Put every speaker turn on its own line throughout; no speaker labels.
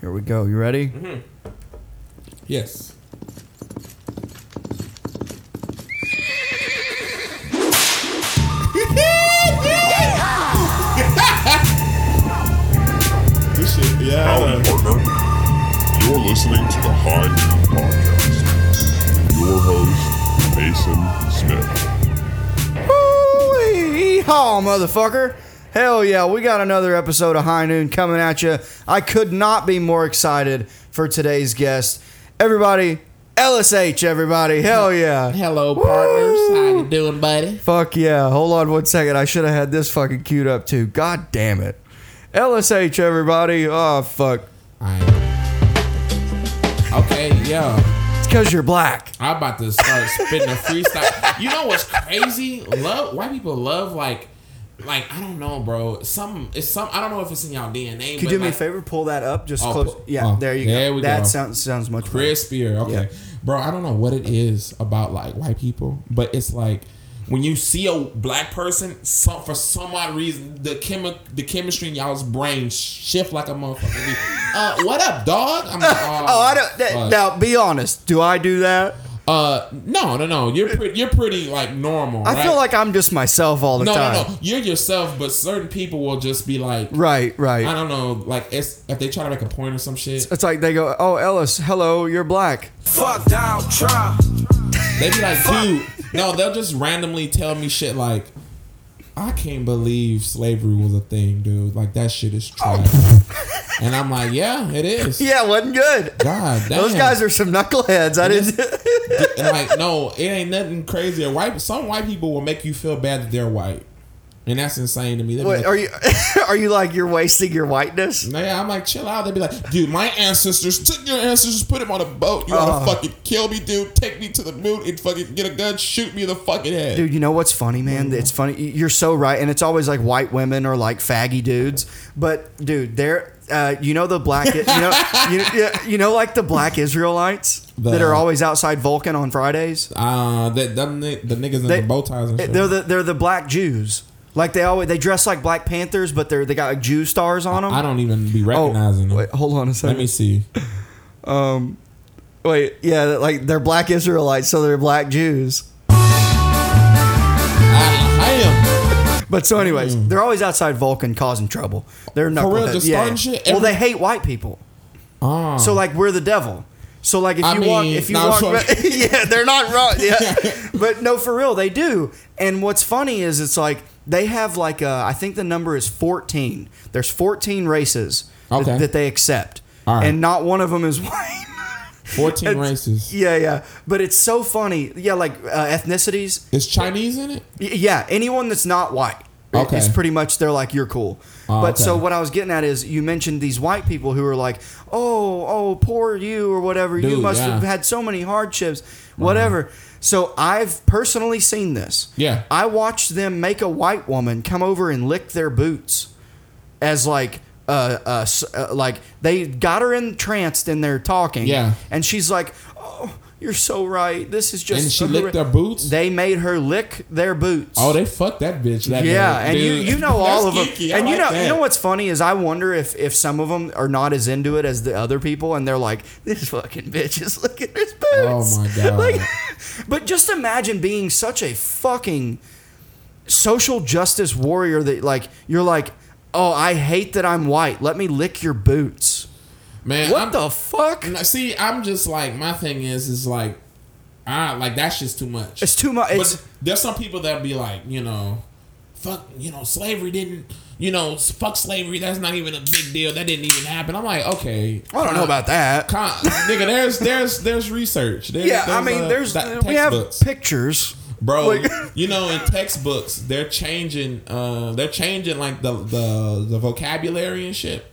Here we go. You ready?
Yes.
This shit,
Howdy,
yeah.
partner. You're listening to the High Noon Podcast. Your host, Mason Smith.
Yeehaw, motherfucker! Hell yeah, we got another episode of High Noon coming at you. I could not be more excited for today's guest. Everybody, LSH, everybody. Hell yeah.
Hello, partners. How you doing, buddy?
Fuck yeah. Hold on one second. I should have had this fucking queued up too. God damn it. LSH, everybody. Oh, fuck.
I Okay, yo.
It's because you're black.
I'm about to start spitting a freestyle. You know what's crazy? Love white people love like like I don't know, bro. Some it's some I don't know if it's in y'all DNA.
Could you
but
do me
like,
a favor? Pull that up. Just
Oh,
close.
pu-
Yeah,
oh,
there you
there
go.
we
that
go.
sounds sounds much better.
Crispier. Okay.
Yeah.
Bro, I don't know what it is about like white people, but it's like when you see a black person, some for some odd reason, the chemi- the chemistry in y'all's brain shift like a motherfucker. uh, what up, dog? I'm like, oh,
Oh, I don't. That,
fuck.
Now, be honest. Do I do that?
Uh, no, no, no. You're pretty. You're pretty like normal.
I
right?
feel like I'm just myself all the
no,
time.
no, no. You're yourself, but certain people will just be like,
Right,
I
right.
don't know, like it's, if they try to make a point or some shit,
It's like they go, "Oh, Ellis, hello, you're black."
Fuck Donald Trump.
they be like, dude, no, they'll just randomly tell me shit like, I can't believe slavery was a thing, dude. Like that shit is trash. and I'm like, yeah, it is.
Oh. Yeah, wasn't good.
God, damn.
Those guys are some knuckleheads. I didn't.
and like, no, it ain't nothing crazy. A White, some white people will make you feel bad that they're white, and that's insane to me. They be
Wait,
like,
are you? Are you like you're wasting your whiteness?
Yeah, I'm like, chill out. They'd be like, dude, my ancestors took your ancestors, put him on a boat. You
Oh.
want to fucking kill me, dude? Take me to the moon and fucking get a gun, shoot me in the fucking head.
Dude, you know what's funny, man? It's funny. You're so right, and it's always like white women or like faggy dudes. But dude, they're uh, you know the black, you know, you, you, you know like the black Israelites that are
The-
always outside Vulcan on Fridays.
Uh, that them, ni- the niggas in
They-
the bow ties and shit.
They're the they're the black Jews. Like they always they dress like Black Panthers, but they're they got like Jew stars on them.
I don't even be recognizing them.
Oh, wait, hold on a
Let
second.
me see.
wait, yeah, they're like they're black Israelites, so they're black Jews.
I, I am.
But so, anyways, they're always outside Vulcan causing trouble. They're
Hmm. real,
knuckleheads.
just
yeah.
starting shit?
well,
Every-
they hate white people,
Ah.
so like we're the devil. So like if
I
you walk,
mean,
if you
no, I'm
walk,
sorry.
yeah, they're not wrong. Yeah, but no, for real, they do. And what's funny is it's like they have like uh, I think the number is fourteen. There's fourteen races that-
Okay.
that, they accept,
All right.
and not one of them is white.
14
It's-
races.
Yeah, yeah, but it's so funny. Yeah, like uh, ethnicities.
Is Chinese in it?
Y- Yeah, anyone that's not white.
Okay.
It's pretty much they're like you're cool,
Oh,
but so
okay.
what I was getting at is you mentioned these white people who are like, oh, oh, poor you or whatever. you
Dude,
must
yeah. Uh-huh.
have had so many hardships, whatever. So I've personally seen this.
Yeah.
I watched them make a white woman come over and lick their boots, as like. Uh, uh, s- uh, like they got her entranced in their talking,
Yeah.
And she's like, "Oh, you're so right. This is just."
And she
a
licked their boots?
They made her lick their boots.
Oh, they fucked that bitch. That
Yeah,
day,
and you,
dude.
you know all of them,
That's geeky. I
and you
like
know you
that.
know what's funny is I wonder if if some of them are not as into it as the other people, and they're like, this fucking bitch is looking at his boots.
Oh, my God.
but just imagine being such a fucking social justice warrior that like you're like, oh, I hate that I'm white. Let me lick your boots.
man.
What
I'm-
the fuck?
And I- See, I'm just like my thing is is like, ah, like that's just too much.
It's too much. It's-
But there's some people that be like, you know, fuck, you know, slavery didn't, you know, s- fuck slavery. That's not even a big deal. That didn't even happen. I'm like, okay,
I don't know about that.
Con, nigga, there's there's there's research. There's,
Yeah, I
there's,
mean,
uh,
there's
that-
we have
textbooks.
pictures.
bro.
like-
you know, in textbooks, they're changing. Uh, they're changing like the the the vocabulary and shit.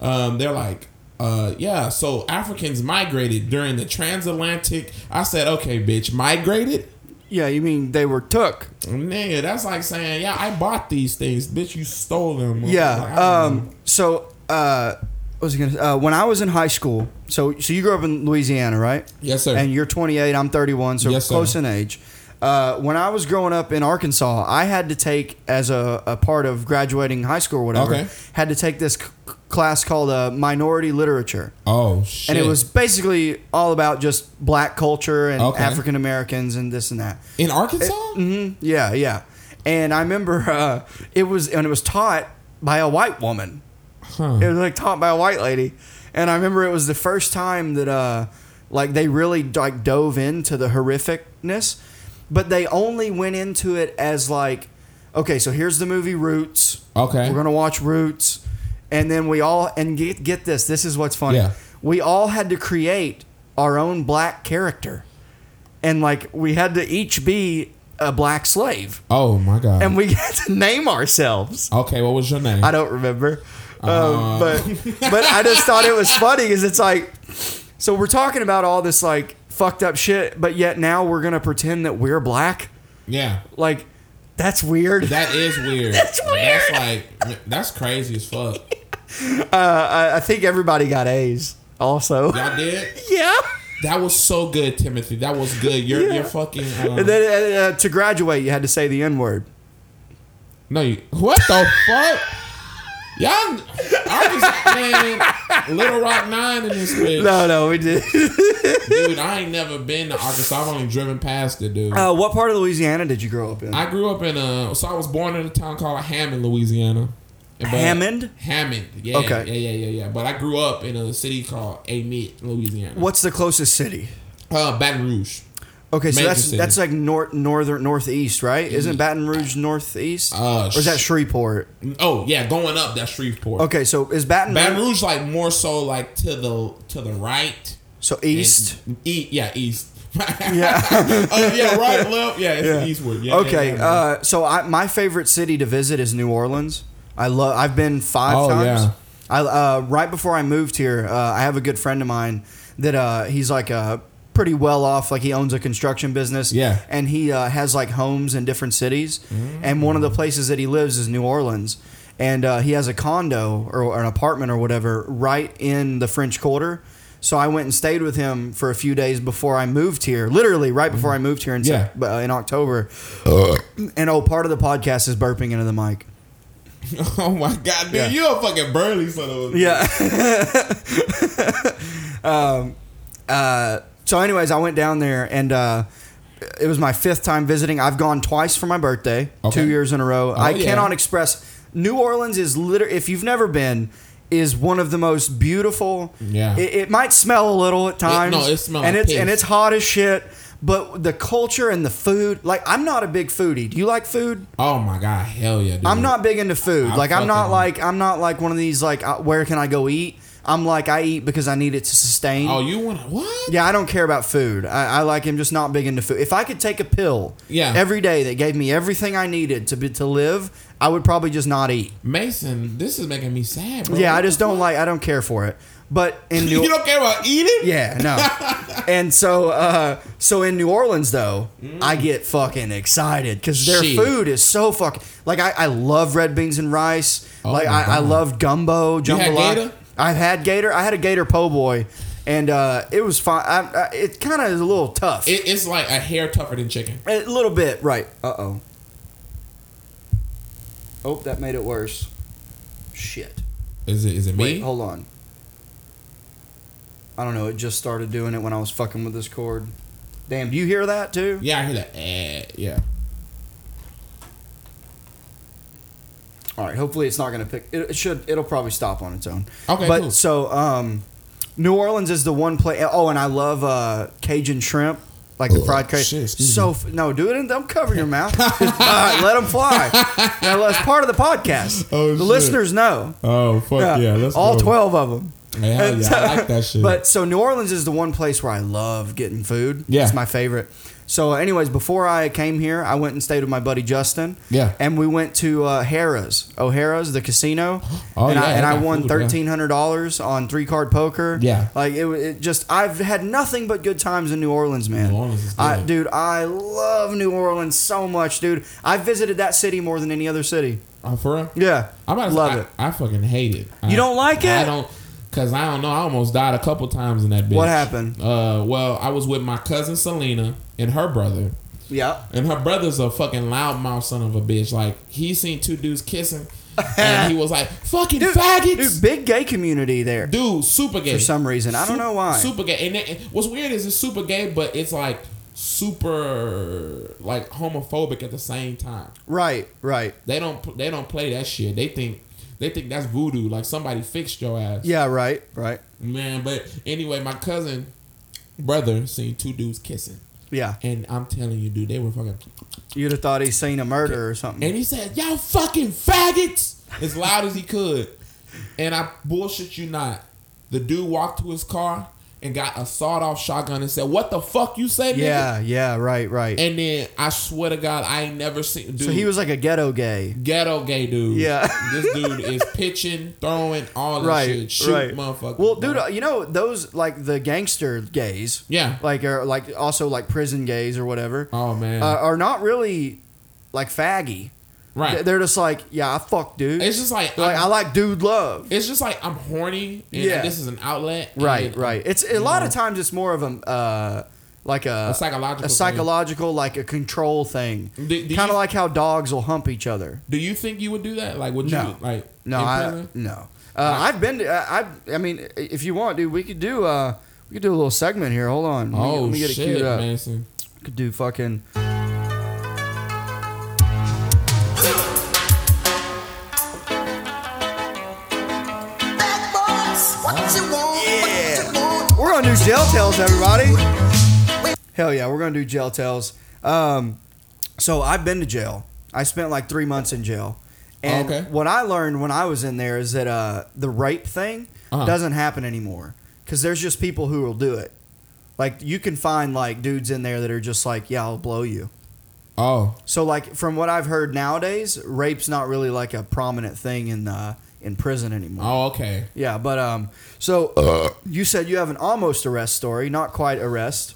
Um, they're like, uh, yeah. So Africans migrated during the transatlantic. I said, okay, bitch, migrated.
Yeah, you mean they were took?
Nigga, that's like saying, yeah, I bought these things, bitch. You stole them. Like,
Yeah.
I don't know.
Um, so, uh, what was I gonna? Uh, when I was in high school, so so you grew up in Louisiana, right?
Yes, sir.
And you're 28. I'm 31, so
Yes, sir.
close in age. Uh, when I was growing up in Arkansas, I had to take as a, a part of graduating high school or whatever,
Okay.
had to take this c- c- class called uh, Minority Literature.
Oh shit!
And it was basically all about just black culture and
Okay.
African Americans and this and that. Mm-hmm.
in Arkansas.
Yeah, yeah. And I remember uh, it was and it was taught by a white woman. It was like taught by a white lady. And I remember it was the first time that uh like they really like dove into the horrificness, but they only went into it as like okay, so here's the movie Roots.
Okay.
We're going to watch Roots and then we all and get get this, this is what's funny.
Yeah.
We all had to create our own black character and like we had to each be a black slave
Oh my god!
and we had to name ourselves
okay, what was your name?
i don't remember um,
Uh.
but but i just thought it was funny because it's like so we're talking about all this like fucked up shit but yet now we're gonna pretend that we're black
yeah,
like that's weird
that is weird.
That's
That's
weird.
like that's crazy as fuck.
I, I think everybody got a's also
Y'all did.
yeah
That was so good, Timothy. That was good. You're you're fucking. Um,
and then uh, to graduate you had to say the n-word
no, you, what the fuck? Y'all, Arkansas, man, Little Rock Nine in this bitch.
no no we did
Dude, I ain't never been to Arkansas. I've only driven past it, dude.
uh, what part of louisiana did you grow up in
I grew up in a so I was born in a town called Hammond, Louisiana. But-
Hammond?
Hammond. Yeah.
Okay.
Yeah, yeah, yeah, yeah. But I grew up in a city called Amite, Louisiana.
what's the closest city
Uh, Baton Rouge.
Okay, so
Major
that's
city. Mm-hmm.
that's like north northern northeast, right? Isn't Baton Rouge northeast,
Uh,
or is that
sh-
Shreveport?
Oh yeah, going up that's Shreveport.
Okay, so is Baton,
Baton
Rouge
Rouge like more so like to the to the right.
so east?
And E- yeah, east.
Yeah.
Uh, yeah, right, left. Yeah, it's eastward. Yeah,
okay,
yeah, yeah.
uh, so I, my favorite city to visit is New Orleans. I love. I've been five
Oh,
times.
yeah.
I uh, right before I moved here, uh, I have a good friend of mine that uh, he's like a pretty well off. Like he owns a construction business.
Yeah.
and he uh, has like homes in different cities. And one of the places that he lives is New Orleans. And uh, he has a condo or, or an apartment or whatever right in the French Quarter. So I went and stayed with him for a few days before I moved here. Literally right before I moved here in
Yeah.
Sep- uh, in October. And oh, part of the podcast is burping into the mic.
oh my god, dude,
yeah.
you a fucking burly son of a
Yeah. um, uh, so, anyways, I went down there and uh, it was my fifth time visiting. I've gone twice for my birthday,
Okay. Oh,
two years in a row. I
yeah.
cannot express. New Orleans is literally, if you've never been, is one of the most beautiful.
Yeah.
It, it might smell a little at times.
no, it smell
and
like
it's
piss.
and it's hot as shit. But the culture and the food, like I'm not a big foodie. Do you like food?
Oh my god, hell yeah, dude.
I'm not big into food.
I
like I'm not
fucking-
like I'm not like one of these like uh, where can I go eat? I'm like I eat because I need it to sustain.
Oh, you want to what?
yeah, I don't care about food. I, I like him just not big into food. If I could take a pill
Yeah.
every day that gave me everything I needed to be, to live, I would probably just not eat.
Mason, this is making me sad, bro.
Yeah, I just don't like. I don't care for it. But in New
You don't care about eating?
yeah no, and so uh, so in New Orleans though, I get fucking excited because their
Mm. Shit.
food is so fucking like I, I love red beans and rice.
Oh
like
my
I, I
God.
love gumbo,
You had
jambalaya.
gator?
I've had gator. I had a gator po' boy, and uh, it was fine. I, I, it kind of is a little tough,
It, it's like a hair tougher than chicken.
a little bit right. Uh oh. Oh, that made it worse. Shit.
Is it? Is it
Wait,
me?
hold on. I don't know. It just started doing it when I was fucking with this cord. Damn, do you hear that too?
yeah, I hear that. Eh, yeah.
All right. Hopefully, it's not gonna pick. It, it should. It'll probably stop on its own.
Okay,
But
cool.
so, um, New Orleans is the one place. Oh, and I love uh Cajun shrimp, like the
Ugh,
fried
Oh, shit,
Cajun.
excuse
So f- no, do it and don't cover your mouth. All right, let them fly. Now that's part of the podcast.
Oh,
the
shit.
listeners know.
Oh fuck
all twelve of them.
Yeah,
And
yeah,
so-
I like that shit.
But so New Orleans is the one place where I love getting food.
Yeah.
It's my favorite. So, anyways, before I came here, I went and stayed with my buddy Justin.
Yeah.
And we went to uh, Harrah's, O'Hara's, the casino.
Oh,
and I,
yeah,
and
they
I
got
won
food, yeah.
$1,300 on three card poker.
Yeah.
Like, it, wa- it just, I've had nothing but good times in New Orleans, man.
New Orleans is
I,
good.
dude, I love New Orleans so much, dude. I visited that city more than any other city.
oh, for real?
Yeah.
I might
love
I,
it.
I fucking hate it.
You
I-
don't like
I
it?
don't, cause I don't know. I almost died a couple times in that bitch.
What happened?
Uh, well, I was with my cousin Selena and her brother.
Yeah.
And her brother's a fucking loudmouth son of a bitch. Like he seen two dudes kissing, and he was like, "Fucking
Dude,
faggots."
dude, big gay community there.
dude, super gay
For some reason. I don't know why.
Super gay, and it, what's weird is it's super gay, but it's like super like homophobic at the same time.
Right, right.
They don't they don't play that shit. They think they think that's voodoo. Like somebody fixed your ass,
Yeah, right, right.
man. But anyway, my cousin brother seen two dudes kissing,
Yeah.
and I'm telling you, dude, they were fucking.
You'd have thought he'd seen a murder or something.
And he said, "Y'all fucking faggots!" as loud as he could. And I bullshit you not. The dude walked to his car and got a sawed-off shotgun and said, "What the fuck you say, nigga?"
Yeah, yeah, right, right.
And then I swear to God, I ain't never seen. Dude,
so he was like a ghetto gay.
ghetto gay dude.
Yeah.
this dude is pitching, throwing all that
Right,
shit, shoot,
right.
motherfucker.
Well, dude, uh, you know those like the gangster gays.
Yeah.
Like are like also like prison gays or whatever.
Oh, man.
Uh, are not really like faggy.
right?
They- They're just like, yeah, I fuck dude.
It's just like,
They're like
I'm-
I like dude love.
it's just like I'm horny. And
Yeah.
this is an outlet. and
Right,
I'm-
right. It's a
you
lot
know,
of times it's more of a uh, like a,
A psychological
a
thing.
psychological like a control thing.
Do- do you-
Kind of like how dogs will hump each other.
Do you think you would do that? Like, would
No.
you like?
No,
in
I
prison?
no. Uh, I've been. To, I, I I mean, if you want, dude, we could do. Uh, we could do a little segment here. Hold on. Let me-
Oh
let me get it
shit,
queued up.
Manson.
Could do fucking.
Bad boys, what you want? What you want?
We're gonna do gel tells, everybody. Hell yeah, we're gonna do gel tells. Um, so I've been to jail. I spent like three months in jail, and
Oh, Okay.
what I learned when I was in there is that uh, the rape thing
Uh-huh.
doesn't happen anymore because there's just people who will do it. Like you can find like dudes in there that are just like, yeah, I'll blow you.
Oh,
So like from what I've heard nowadays, rape's not really like a prominent thing in uh, in prison anymore.
oh, okay.
Yeah, but um, so you said you have an almost arrest story, not quite arrest.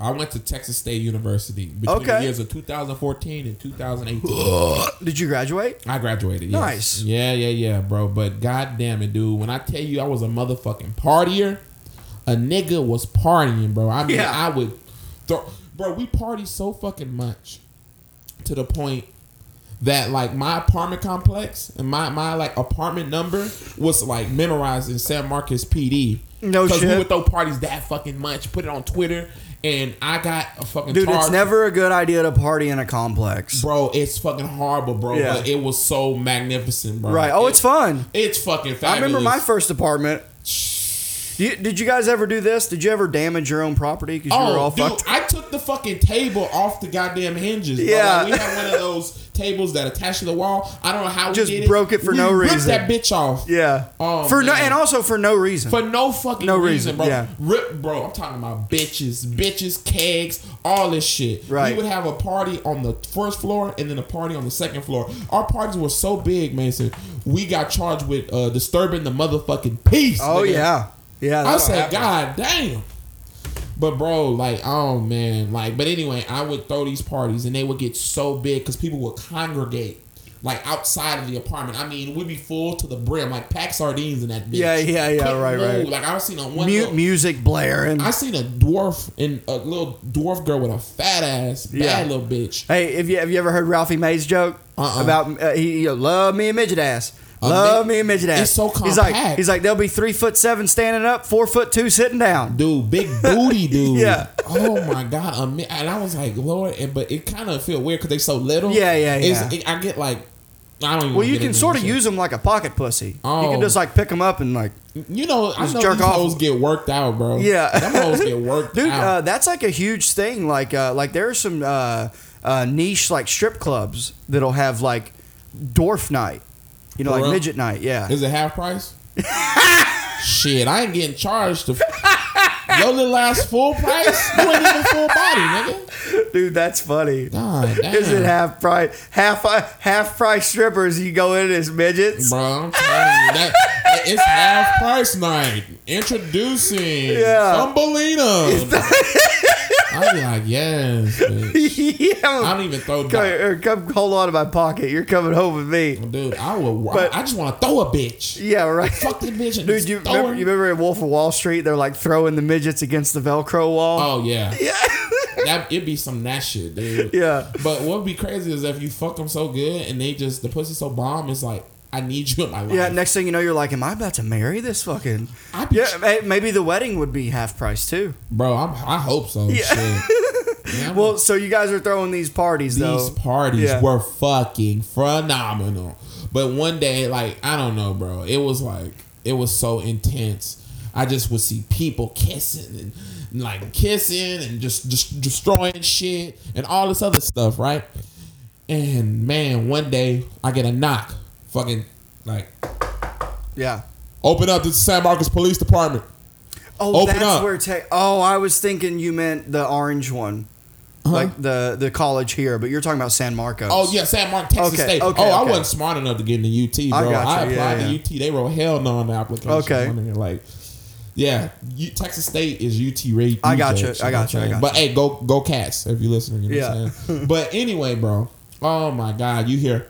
I went to Texas State University between
Okay.
the years of 2014 and 2018.
Did you graduate?
I graduated. Yes.
Nice.
Yeah, yeah, yeah, bro. But god damn it, dude. When I tell you I was a motherfucking partier, a nigga was partying, bro. I mean,
Yeah.
I would throw, bro. We party so fucking much to the point that like my apartment complex and my my like apartment number was like memorized in San Marcos PD.
No
we
shit.
would throw parties that fucking much, put it on Twitter, and I got a fucking
Dude, it's
charge-
never a good idea to party in a complex.
Bro, it's fucking horrible, bro.
Yeah.
But it was so magnificent, bro.
Right. Oh,
It-
it's fun.
it's fucking
I
fabulous.
remember my first apartment. You, did you guys ever do this? Did you ever damage your own property because you were all
Oh, dude,
fucked?
I took the fucking table off the goddamn hinges. Yeah,
Yeah.
we had one of those tables that attached to the wall. I don't know how
Just
we did it.
broke it for
We
no
ripped
reason.
That bitch off.
Yeah.
Oh,
for no,
man.
and also for no reason.
For no fucking
No reason,
reason, bro.
yeah.
Rip, bro. I'm talking about bitches, bitches, kegs, all this shit.
Right.
We would have a party on the first floor and then a party on the second floor. Our parties were so big, Mason. We got charged with uh, disturbing the motherfucking peace.
oh
nigga.
yeah, yeah.
I
that'll happen.
said, God damn. But bro, like, oh man, like, but anyway, I would throw these parties and they would get so big because people would congregate like outside of the apartment. I mean, we'd be full to the brim, like packed sardines in that bitch.
Yeah, yeah, yeah,
Couldn't
right,
move.
right.
Like I've seen a one.
Mute
little-
music blaring.
I seen a dwarf and a little dwarf girl with a fat ass, bad
Yeah.
little bitch.
Hey, have you have you ever heard Ralphie May's joke
Uh-uh.
about uh, he, he love me a midget ass,
A
love
mid-
me a midget ass.
It's so
He's like
compact.
he's like there'll be three foot seven standing up, four foot two sitting down.
dude, big booty, dude.
Yeah.
Oh my god, a mi- and I was like, Lord, and, but it kind of feel weird because they so little.
Yeah, yeah,
It's-
yeah.
It, I get like, I don't. Even
Well,
wanna
you
get
can
into
sort of
this shit.
use them like a pocket pussy. You
Oh.
can just like pick them up and like,
You know, I
Just
know
jerk
these
off.
hoes get worked out, bro.
Yeah.
them hoes get worked
dude, uh,
out.
that's like a huge thing. Like, uh, like there are some uh, uh, niche like strip clubs that'll have like dwarf night, you know,
For
like
real?
midget night. Yeah,
Is it half price? Shit, I ain't getting charged to. Your little ass full price? You ain't even full body, nigga.
dude, that's funny.
God damn.
Is it half price? Half uh, half price strippers? You go in as midgets.
Bro, I'm telling you, that, it's half price night. Introducing
Yeah.
Thumbelina. I'd be like, yes. bitch. I
yeah.
don't even throw
Come,
dice.
here, come hold on to my pocket. You're coming home with me.
Dude, I would.
But-
I, I just want to throw a bitch.
Yeah, right.
Fuck that bitch and
Dude, you
throw
remember,
her.
you remember at Wolf of Wall Street, they're like throwing the midgets against the Velcro wall?
Oh, yeah.
Yeah.
that it'd be some that shit, dude.
Yeah.
But what would be crazy is if you fuck them so good and they just the pussy so bomb. It's like I need you in my life.
Yeah, next thing you know, you're like, am I about to marry this fucking?
I be-
Yeah, may- maybe the wedding would be half price too.
bro. I'm, I hope so. Yeah. Shit. Man, I'm-
Well, so you guys are throwing these parties
these
though.
parties
Yeah.
were fucking phenomenal. But one day, like I don't know, bro, it was like it was so intense. I just would see people kissing and like kissing and just just destroying shit and all this other stuff, right? And man, one day I get a knock, fucking like
yeah.
open up to the San Marcos Police Department.
Oh,
Open
that's
up.
where tech. Oh, I was thinking you meant the orange one, like the the college here, but you're talking about San Marcos.
Uh-huh. Oh yeah, San Marcos, Texas
Okay,
State.
okay,
oh, I
okay.
wasn't smart enough to get into UT,
I
bro. I,
gotcha,
applied
yeah, yeah.
to UT. They wrote hell no on the application.
Okay.
And they're like, yeah, U- Texas State is UT rate.
I gotcha, I gotcha, I gotcha.
But hey, go go Cats if you're listening. You know what
Yeah.
I'm saying? but anyway, bro. Oh my God, you hear?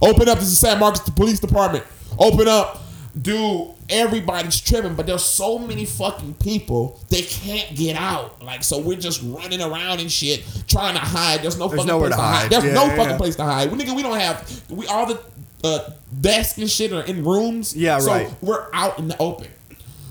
Open up. This is San Marcos Police Department. Open up. Dude, everybody's tripping, but there's so many fucking people they can't get out. Like, so we're just running around and shit, trying to hide. There's no fucking
nowhere
place
to
to hide.
hide.
There's
Yeah,
no
yeah,
fucking
yeah.
place to hide. We nigga, we don't have we all the uh, desks and shit are in rooms.
Yeah,
so
right.
We're out in the open.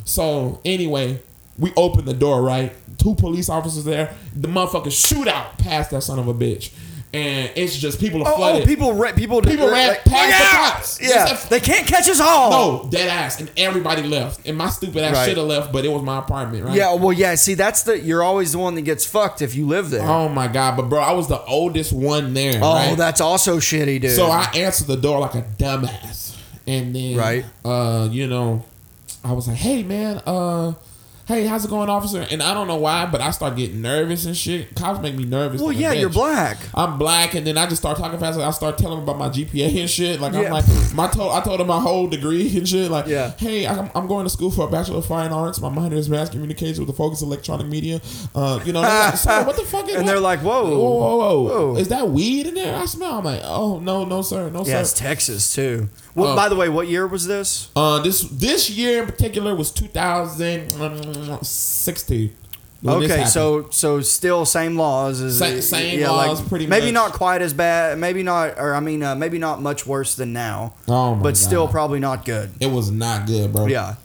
So anyway, we open the door right. Two police officers there. The motherfucker shoot out past that son of a bitch, and it's just people are
Oh, oh,
flooded.
people ra- people
People ran
like,
past
"Look
the
out!"
cops.
Yeah,
Just a-
they can't catch us all.
no, dead ass, and everybody left. And my stupid ass
Right.
should have left, but it was my apartment, right?
Yeah, well, yeah. See, that's the you're always the one that gets fucked if you live there. Oh,
Oh my god, but bro, I was the oldest one there. right?
that's also shitty, dude.
So I answered the door like a dumbass, and then
Right.
uh, you know, I was like, "Hey, man, uh, hey, how's it going, officer?" And I don't know why, but I start getting nervous and shit. Cops make me nervous.
well,
like a
yeah, you're
bitch.
black.
I'm black, and then I just start talking fast. and I start telling them about my GPA and shit. Like
Yeah.
I'm like, my told I told them my whole degree and shit. Like,
Yeah.
hey, I'm, I'm going to school for a bachelor of fine arts. My minor is mass communication with a focus on electronic media. Uh, you know, they're like, so what the fuck? Is
And
what-
they're like, whoa,
whoa, whoa, whoa,
whoa.
is that weed in there? I smell. I'm like, oh no, no sir, no
Yeah, it's
sir.
Texas too. Well,
Oh.
by the way, what year was this?
uh, this this year in particular was 2016. when this
Okay,
happened.
so so still same laws as
Sa- same laws, pretty
maybe
much.
not quite as bad, maybe not, or I mean, uh, maybe not much worse than now,
Oh, my
but still
God.
probably not good.
it was not good, bro.
Yeah,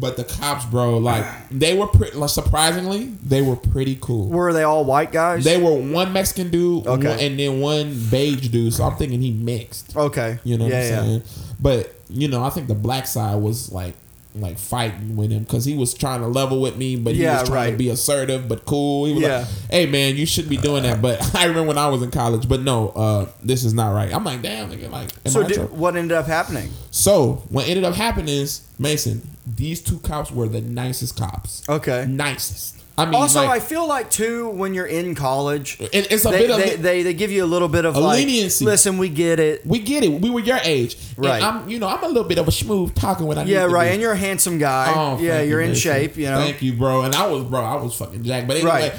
But the cops, bro, like they were pretty. Like, surprisingly, they were pretty cool.
were they all white guys?
They were one Mexican dude,
Okay.
one- and then one beige dude. So I'm thinking he mixed.
okay,
You know
yeah,
what I'm saying? But you know, I think the black side was like like fighting with him because he was trying to level with me, but he
Yeah,
was trying
right.
to be assertive but cool. He was
Yeah.
like, "Hey man, you shouldn't be doing that." But I remember when I was in college. But no, uh, this is not right. I'm like, damn, nigga, like. am
So
I
did,
tripping?
what ended up happening?
So what ended up happening is Mason. These two cops were the nicest cops.
Okay.
nicest. I mean,
Also, I
Mm, like,
feel like too when you're in college,
it- it's a
they,
bit of
they, they they give you a little bit of
A
like,
leniency.
Listen, we get it.
we get it. We were your age, And
Right.
I'm, you know, I'm a little bit of a smooth talking when I
Yeah,
need to
right.
be.
And you're a handsome guy.
Oh,
yeah,
thank
you're in
Mason.
shape. You know.
Thank you, bro. And I was, bro, I was fucking jacked. But anyway,
Right.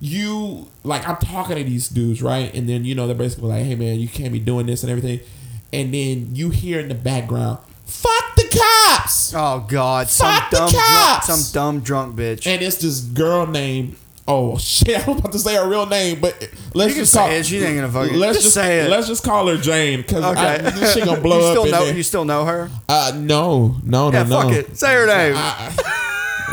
you like I'm talking to these dudes, right? And then you know they're basically like, "Hey, man, you can't be doing this and everything." And then you hear in the background, "Fuck the cops!"
Oh God! Some
Fuck the
dumb, drunk,
cops!
some dumb drunk bitch.
and it's this girl named. Oh shit! I'm about to say her real name, but let's
You can
just
say
call.
it. She ain't gonna fucking-
Let's
just say it.
Let's just call her Jane, cause I,
Okay,
this shit gonna blow
you
up.
Still
in
know,
there.
you still know her?
uh, no, no, no,
Yeah,
no.
fuck it. Say her name.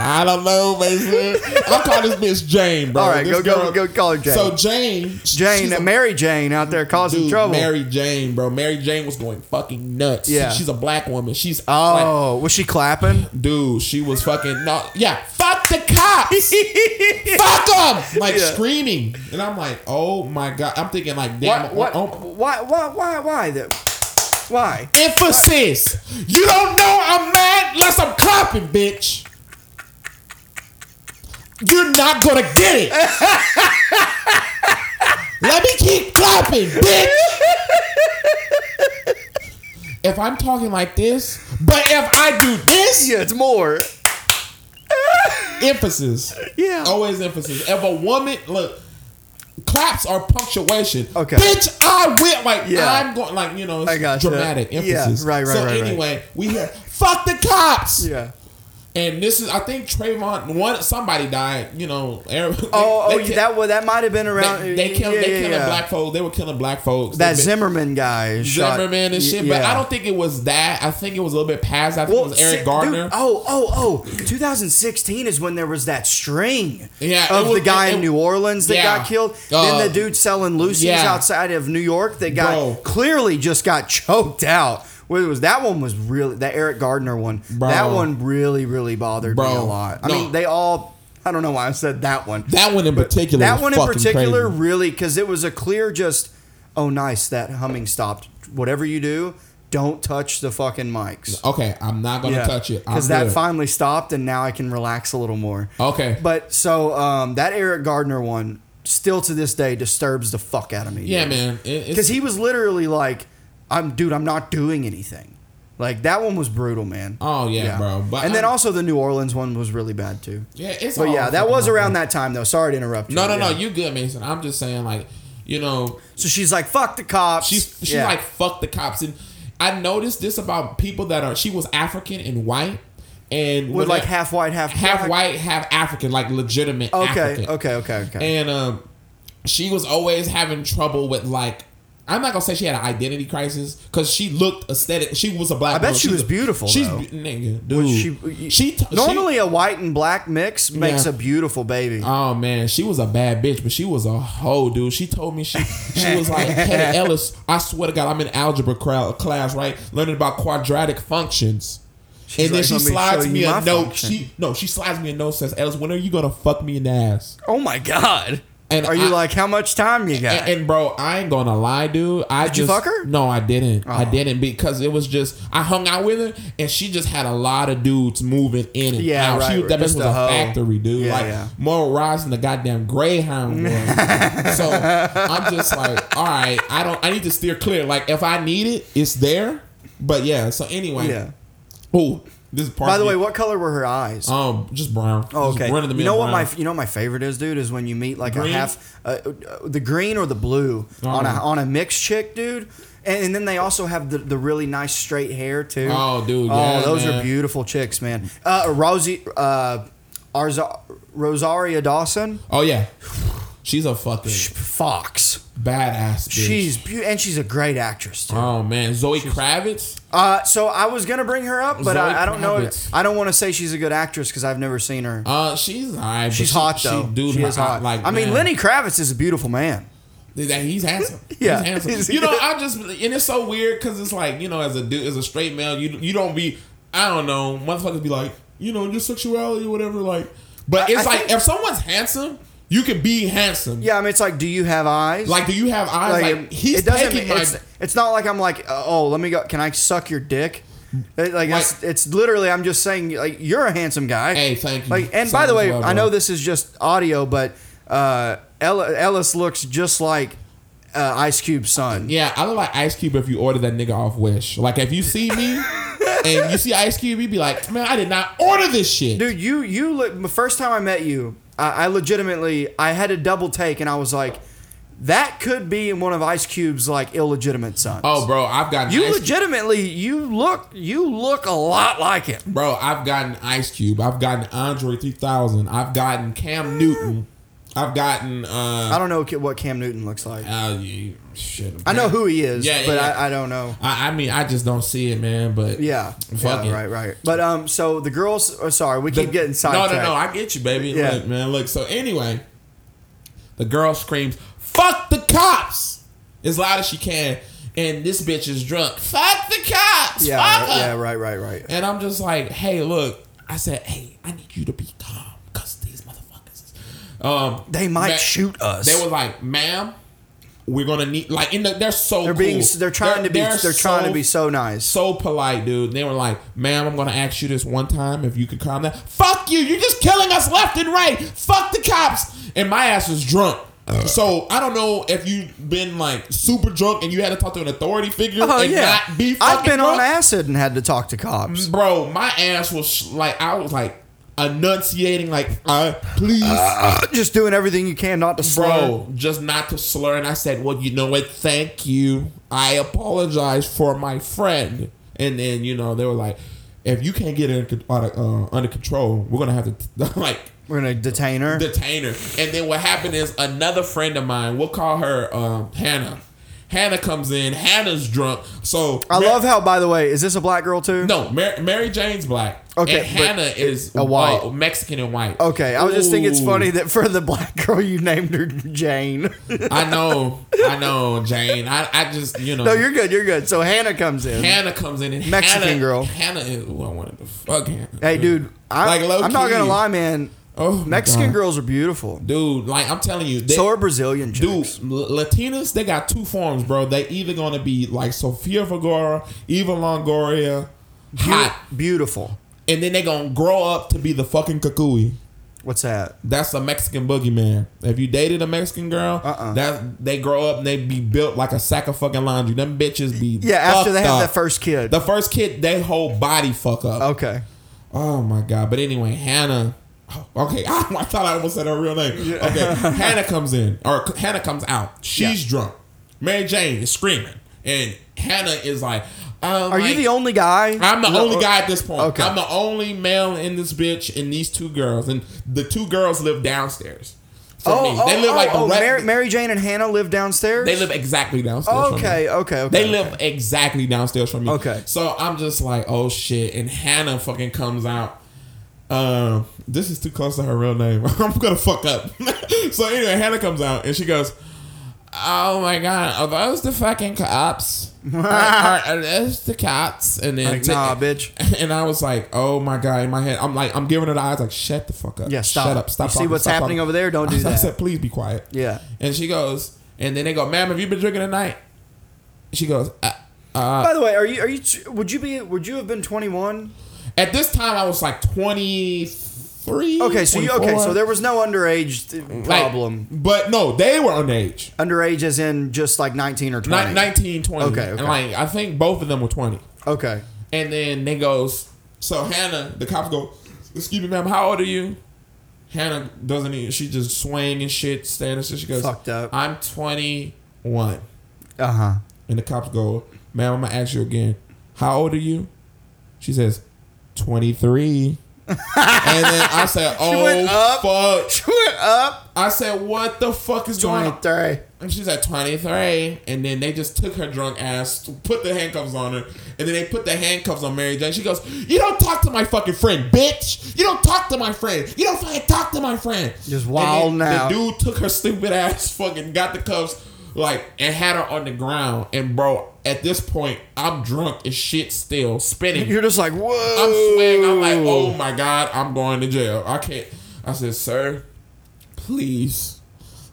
I don't know, basically. I'll call this bitch Jane, bro.
All right,
This
go- go- go call her Jane.
So Jane,
Jane,
she's a-
Mary Jane, out there causing
dude,
trouble.
Mary Jane, bro. Mary Jane was going fucking nuts.
Yeah.
she's a black woman. She's like,
oh, was she clapping?
dude, she was fucking no, yeah, fuck the cops, fuck them, like
Yeah.
screaming, and I'm like, oh my god, I'm thinking like, damn,
What? What?
oh,
Why? Why? Why? Why? The, why?
emphasis, you don't know I'm mad unless I'm clapping, bitch. You're not gonna get it. Let me keep clapping, bitch. If I'm talking like this, but if I do this,
Yeah, it's more.
emphasis.
Yeah.
Always emphasis. If a woman look claps are punctuation.
Okay.
Bitch, I will like
Yeah.
I'm going like, you know,
I
it's
gotcha.
dramatic
Yeah,
emphasis.
right, right,
So
right, right.
anyway, we hear fuck the cops.
Yeah.
And this is, I think Trayvon, one somebody died. You know, every-
Oh,
they-
oh,
they ki-
that wa- that might have been around.
They, they killed,
yeah,
they
yeah,
killing
yeah.
black folks. They were killing black folks.
That
They-
Zimmerman guy. shot-
Zimmerman and
y-
shit. But
yeah.
I don't think it was that. I think it was a little bit past. I think it was
si-
Eric
dude,
Gardner.
oh, oh, oh! 2016 is when there was that string
Yeah, it
of
was-
the guy
it-
in
it-
New Orleans that
yeah.
got killed.
Uh,
then the dude selling Lucy's
yeah.
outside of New York that got
Bro.
clearly just got choked out. Well, it was that one was really that Eric Gardner one.
Bro.
That one really, really bothered me a
Bro,
lot. I
no.
mean, they all. I don't know why I said that one.
that one in particular.
That
was
one in
fucking
particular
crazy.
really because it was a clear just oh nice that humming stopped. Whatever you do, don't touch the fucking mics.
Okay, I'm not gonna touch it I'm
because that
good.
finally stopped and now I can relax a little more.
Okay.
but so um, that Eric Gardner one still to this day disturbs the fuck out of me.
yeah, man. It, it's-
because he was literally like, "I'm dude, I'm not doing anything." Like that one was brutal, man.
Oh, yeah, bro, but
and then
I'm-
also the New Orleans one was really bad too.
Yeah, it's
But
all
yeah, that was
fucking
around
awful.
that time though. Sorry to interrupt you.
No, no, no.
Yeah.
You good, Mason? I'm just saying, like, you know,
So she's like, "Fuck the cops."
she's she's
Yeah.
like fuck the cops, and I noticed this about people that are. She was African and white, and
with
when
like
I-
half white, half
half
black?
white, half African, like legitimate.
Okay,
African.
okay, okay, okay.
And um, she was always having trouble with like. I'm not gonna say she had an identity crisis because she looked aesthetic. She was a black.
I bet
girl.
she
She's
was
a-
beautiful,
She's
though.
be- nigga,
But
dude.
she,
She, she t-
normally
she-
a white and black mix makes
Yeah.
a beautiful baby.
Oh man, she was a bad bitch, but she was a hoe, dude. She told me she she was like, "Hey Ellis, I swear to God, I'm in algebra cra- class, right? Learning about quadratic functions." and then
like,
she
"Let me
slides
show
me
you
a
my
note.
function."
She no, she slides me a note says, "Ellis, when are you gonna fuck me in the ass?"
oh my god!
And
Are you
I-
like how much time you got?
And, and bro, I ain't gonna lie, dude. I
you
just-
fuck her? Oh.
No, I didn't. I didn't because it was just I hung out with her, and she just had a lot of dudes moving in and
Yeah,
out.
right,
She, that bitch
just
was
a
a
hoe.
factory, dude.
Yeah,
like
yeah.
more rise than the goddamn Greyhound was. so I'm just like, all right, I don't. I need to steer clear. Like if I need it, it's there. But yeah. So anyway,
yeah.
Oh, this part.
By the way, what color were her eyes?
um, just brown.
Oh,
Just
okay.
run of the
you know what
brown.
my you know what my favorite is, dude, is when you meet like a
Green?
half uh, uh, the green or the blue on a
Oh.
on a mixed chick, dude. And, and then they also have the, the really nice straight hair too.
Oh, dude, yeah,
those are
man.
beautiful chicks, man. Uh, Rosie, uh, Arza- Rosaria Dawson,
oh yeah, she's a fucking
Fox.
badass. Bitch.
She's beau- and she's a great actress too.
Oh man, Zoe Kravitz.
Uh, so I was gonna bring her up, but
Zoe
I, I don't know.
Kravitz.
I don't want to say she's a good actress because I've never seen her.
Uh, she's alright. but
she's
she-
hot
she,
though. She,
dude,
is
my-
hot.
Like,
I mean,
man,
Lenny Kravitz is a beautiful man.
that- he's handsome.
Yeah.
he's handsome.
He's-
you know, I just and it's so weird because it's like you know, as a dude, as a straight male, you you don't be. I don't know. Motherfuckers be like, you know, your sexuality or whatever. Like, but
I-
it's
I
like
think-
if someone's handsome, you can be handsome.
Yeah, I mean, it's like, do you have eyes?
Like, do you have eyes? Like, he's taking my.
it's, it's not like I'm like, uh, oh, let me go. Can I suck your dick? It- Like, it's, it's literally, I'm just saying, like, you're a handsome guy.
Hey, thank you.
Like, and
Thank
by the
you
way,
as well,
I know
bro.
this is just audio, but uh, Ella, Ellis looks just like uh, Ice Cube's son.
Yeah, I look like Ice Cube if you order that nigga off Wish. Like, if you see me and you see Ice Cube, you be like, man, I did not order this shit.
dude you you look the first time i met you I, I legitimately i had a double take and i was like that could be one of ice cube's like illegitimate sons
Oh, bro, I've got
you legitimately you look you look a lot like him
Bro, I've gotten Ice Cube. I've gotten Andre 3000. I've gotten Cam Newton. I've gotten.
i
uh,
don't know ki- what cam newton looks like
uh you- shit.
i know who he is
Yeah, yeah,
but
yeah.
I, I don't know
I, I mean, I just don't see it, man. But
yeah,
fuck
yeah
it.
right right but um so the girls oh, sorry we keep getting
no,
sidetracked
no, no. I get you, baby.
Yeah.
Look, man. Look. So anyway, the girl screams, "Fuck the cops!" as loud as she can, and this bitch is drunk. Fuck the cops!
yeah
Fuck
right,
her!"
yeah right right right
And I'm just like, hey, look. I said, hey, I need you to be calm because these motherfuckers. is-" Um,
they might
ma-
shoot us
They were like, ma'am, we're gonna need like in the they're so
they're being
cool.
they're trying to be they're, trying to be so nice
so polite, dude. They were like, "Ma'am, I'm gonna ask you this one time if you could calm down." Fuck you! You're just killing us left and right. Fuck the cops! And my ass was drunk. So I don't know if you've been like super drunk and you had to talk to an authority figure
Oh
and
yeah,
not be.
I've
fucking
been
drunk.
on acid and had to talk to cops.
bro. My ass was like I was like enunciating like, uh, "Please,
Just doing everything you can not to slur.
Mm. bro, just not to slur. And I said, well, you know what? Thank you. I apologize for my friend. And then, you know, they were like, if you can't get it under, uh, under control, we're gonna have to like
We're gonna detain her.
detainer. And then what happened is another friend of mine, we'll call her um, Hannah. Hannah comes in. Hannah's drunk. So
I
Mar-
love how. By the way, is this a black girl too?
No, Mary, Mary Jane's black.
Okay,
and
but
Hannah is
a white. Oh,
uh, Mexican and white.
Okay, I was just thinking it's
Ooh.
funny that for the black girl you named her Jane.
I know, I know, Jane. I, I just you know.
no, you're good. You're good. So Hannah comes in.
Hannah comes in and
Mexican
Hannah,
girl.
Hannah is. Ooh, I wanted to fuck Hannah.
hey, dude. I,
Like, low
I'm not
key.
gonna lie, man.
Oh, my
Mexican
God.
girls are beautiful.
Dude, like I'm telling you, they,
so are Brazilian
Dude,
chicks.
L- Latinas, they got two forms, bro. They either gonna be like Sofia Vergara, Eva Longoria, hot,
Be- beautiful.
and then they gonna grow up to be the fucking Kakui.
What's that?
That's a Mexican boogeyman. If you dated a Mexican girl,
Uh-uh.
that they grow up and they be built like a sack of fucking laundry. Them bitches be
Yeah, after
fucked
they have
up.
that first kid.
the first kid, they whole body fuck up.
okay.
Oh my god! But anyway, Hannah. Okay, I, thought I almost said her real name. Okay, Hannah comes in or Hannah comes out. She's drunk. Mary Jane is screaming, and Hannah is like, um,
Are you the only guy?
I'm the
No, uh,
only guy at this point.
Okay.
I'm the only male in this bitch and these two girls, and the two girls live downstairs. From
Oh,
me.
oh,
they live
oh,
like
oh,
the rest.
Mary, Mary Jane and Hannah live downstairs.
They live exactly downstairs. from me.
Okay, okay, okay.
They
okay.
live exactly downstairs from me.
Okay.
So I'm just like, oh shit. And Hannah fucking comes out. Um, this is too close to her real name. I'm gonna fuck up. so anyway, Hannah comes out and she goes, "Oh my god, are those the fucking cops? are, are, are those the cops?" And then
Like, nah, bitch.
And I was like, "Oh my god!" In my head, I'm like, I'm giving her the eyes, like, "Shut the fuck up!
Yeah, stop.
Shut up! Stop!
You see
talking,
what's
stop
happening
talking."
over there? Don't do
I
that.
said, "Please be quiet."
Yeah.
And she goes, and then they go, "Ma'am, have you been drinking tonight?" She goes, uh,
By the way, are you are you would you be would you have been 21?
"At this time, I was like twenty three.
Okay, so you okay, so there was no underage th- problem.
but no, they were underage,
underage as in just like 19 or 20.
Ni- 19, 20.
Okay, okay.
and like I think both of them were twenty.
Okay.
And then they goes, so Hannah, the cops go, "Excuse me, ma'am, how old are you?" Hannah doesn't even. She just swaying and shit, standing. So she goes,
Fucked up.
I'm twenty one.
Uh-huh.
And the cops go, ma'am, I'm gonna ask you again. How old are you? She says, 23. and then I said, oh,
went up.
fuck.
She went up
I said, what the fuck is going on?
23.
And she's at 23. And then they just took her drunk ass, put the handcuffs on her. And then they put the handcuffs on Mary Jane. She goes, you don't talk to my fucking friend, bitch. You don't talk to my friend. You don't fucking talk to my friend.
Just wild
And then
now.
The dude took her stupid ass, fucking got the cuffs, like, and had her on the ground. And bro, at this point, I'm drunk as shit still, spinning.
You're just like,
I'm
"Whoa."
swaying. I'm like, oh my god, I'm going to jail. I can't. I said, sir, please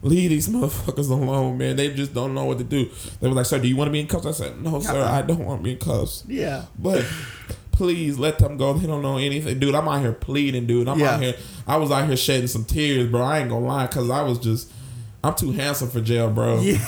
leave these motherfuckers alone, man. They just don't know what to do. They were like, sir, do you want to be in cuffs? I said, no, sir, I don't want to be in cuffs.
Yeah.
But please let them go. They don't know anything, dude. I'm out here pleading, dude. I'm
Yeah.
out here. I was out here shedding some tears, bro. I ain't gonna lie, cause I was just. I'm too handsome for jail, bro.
Yeah.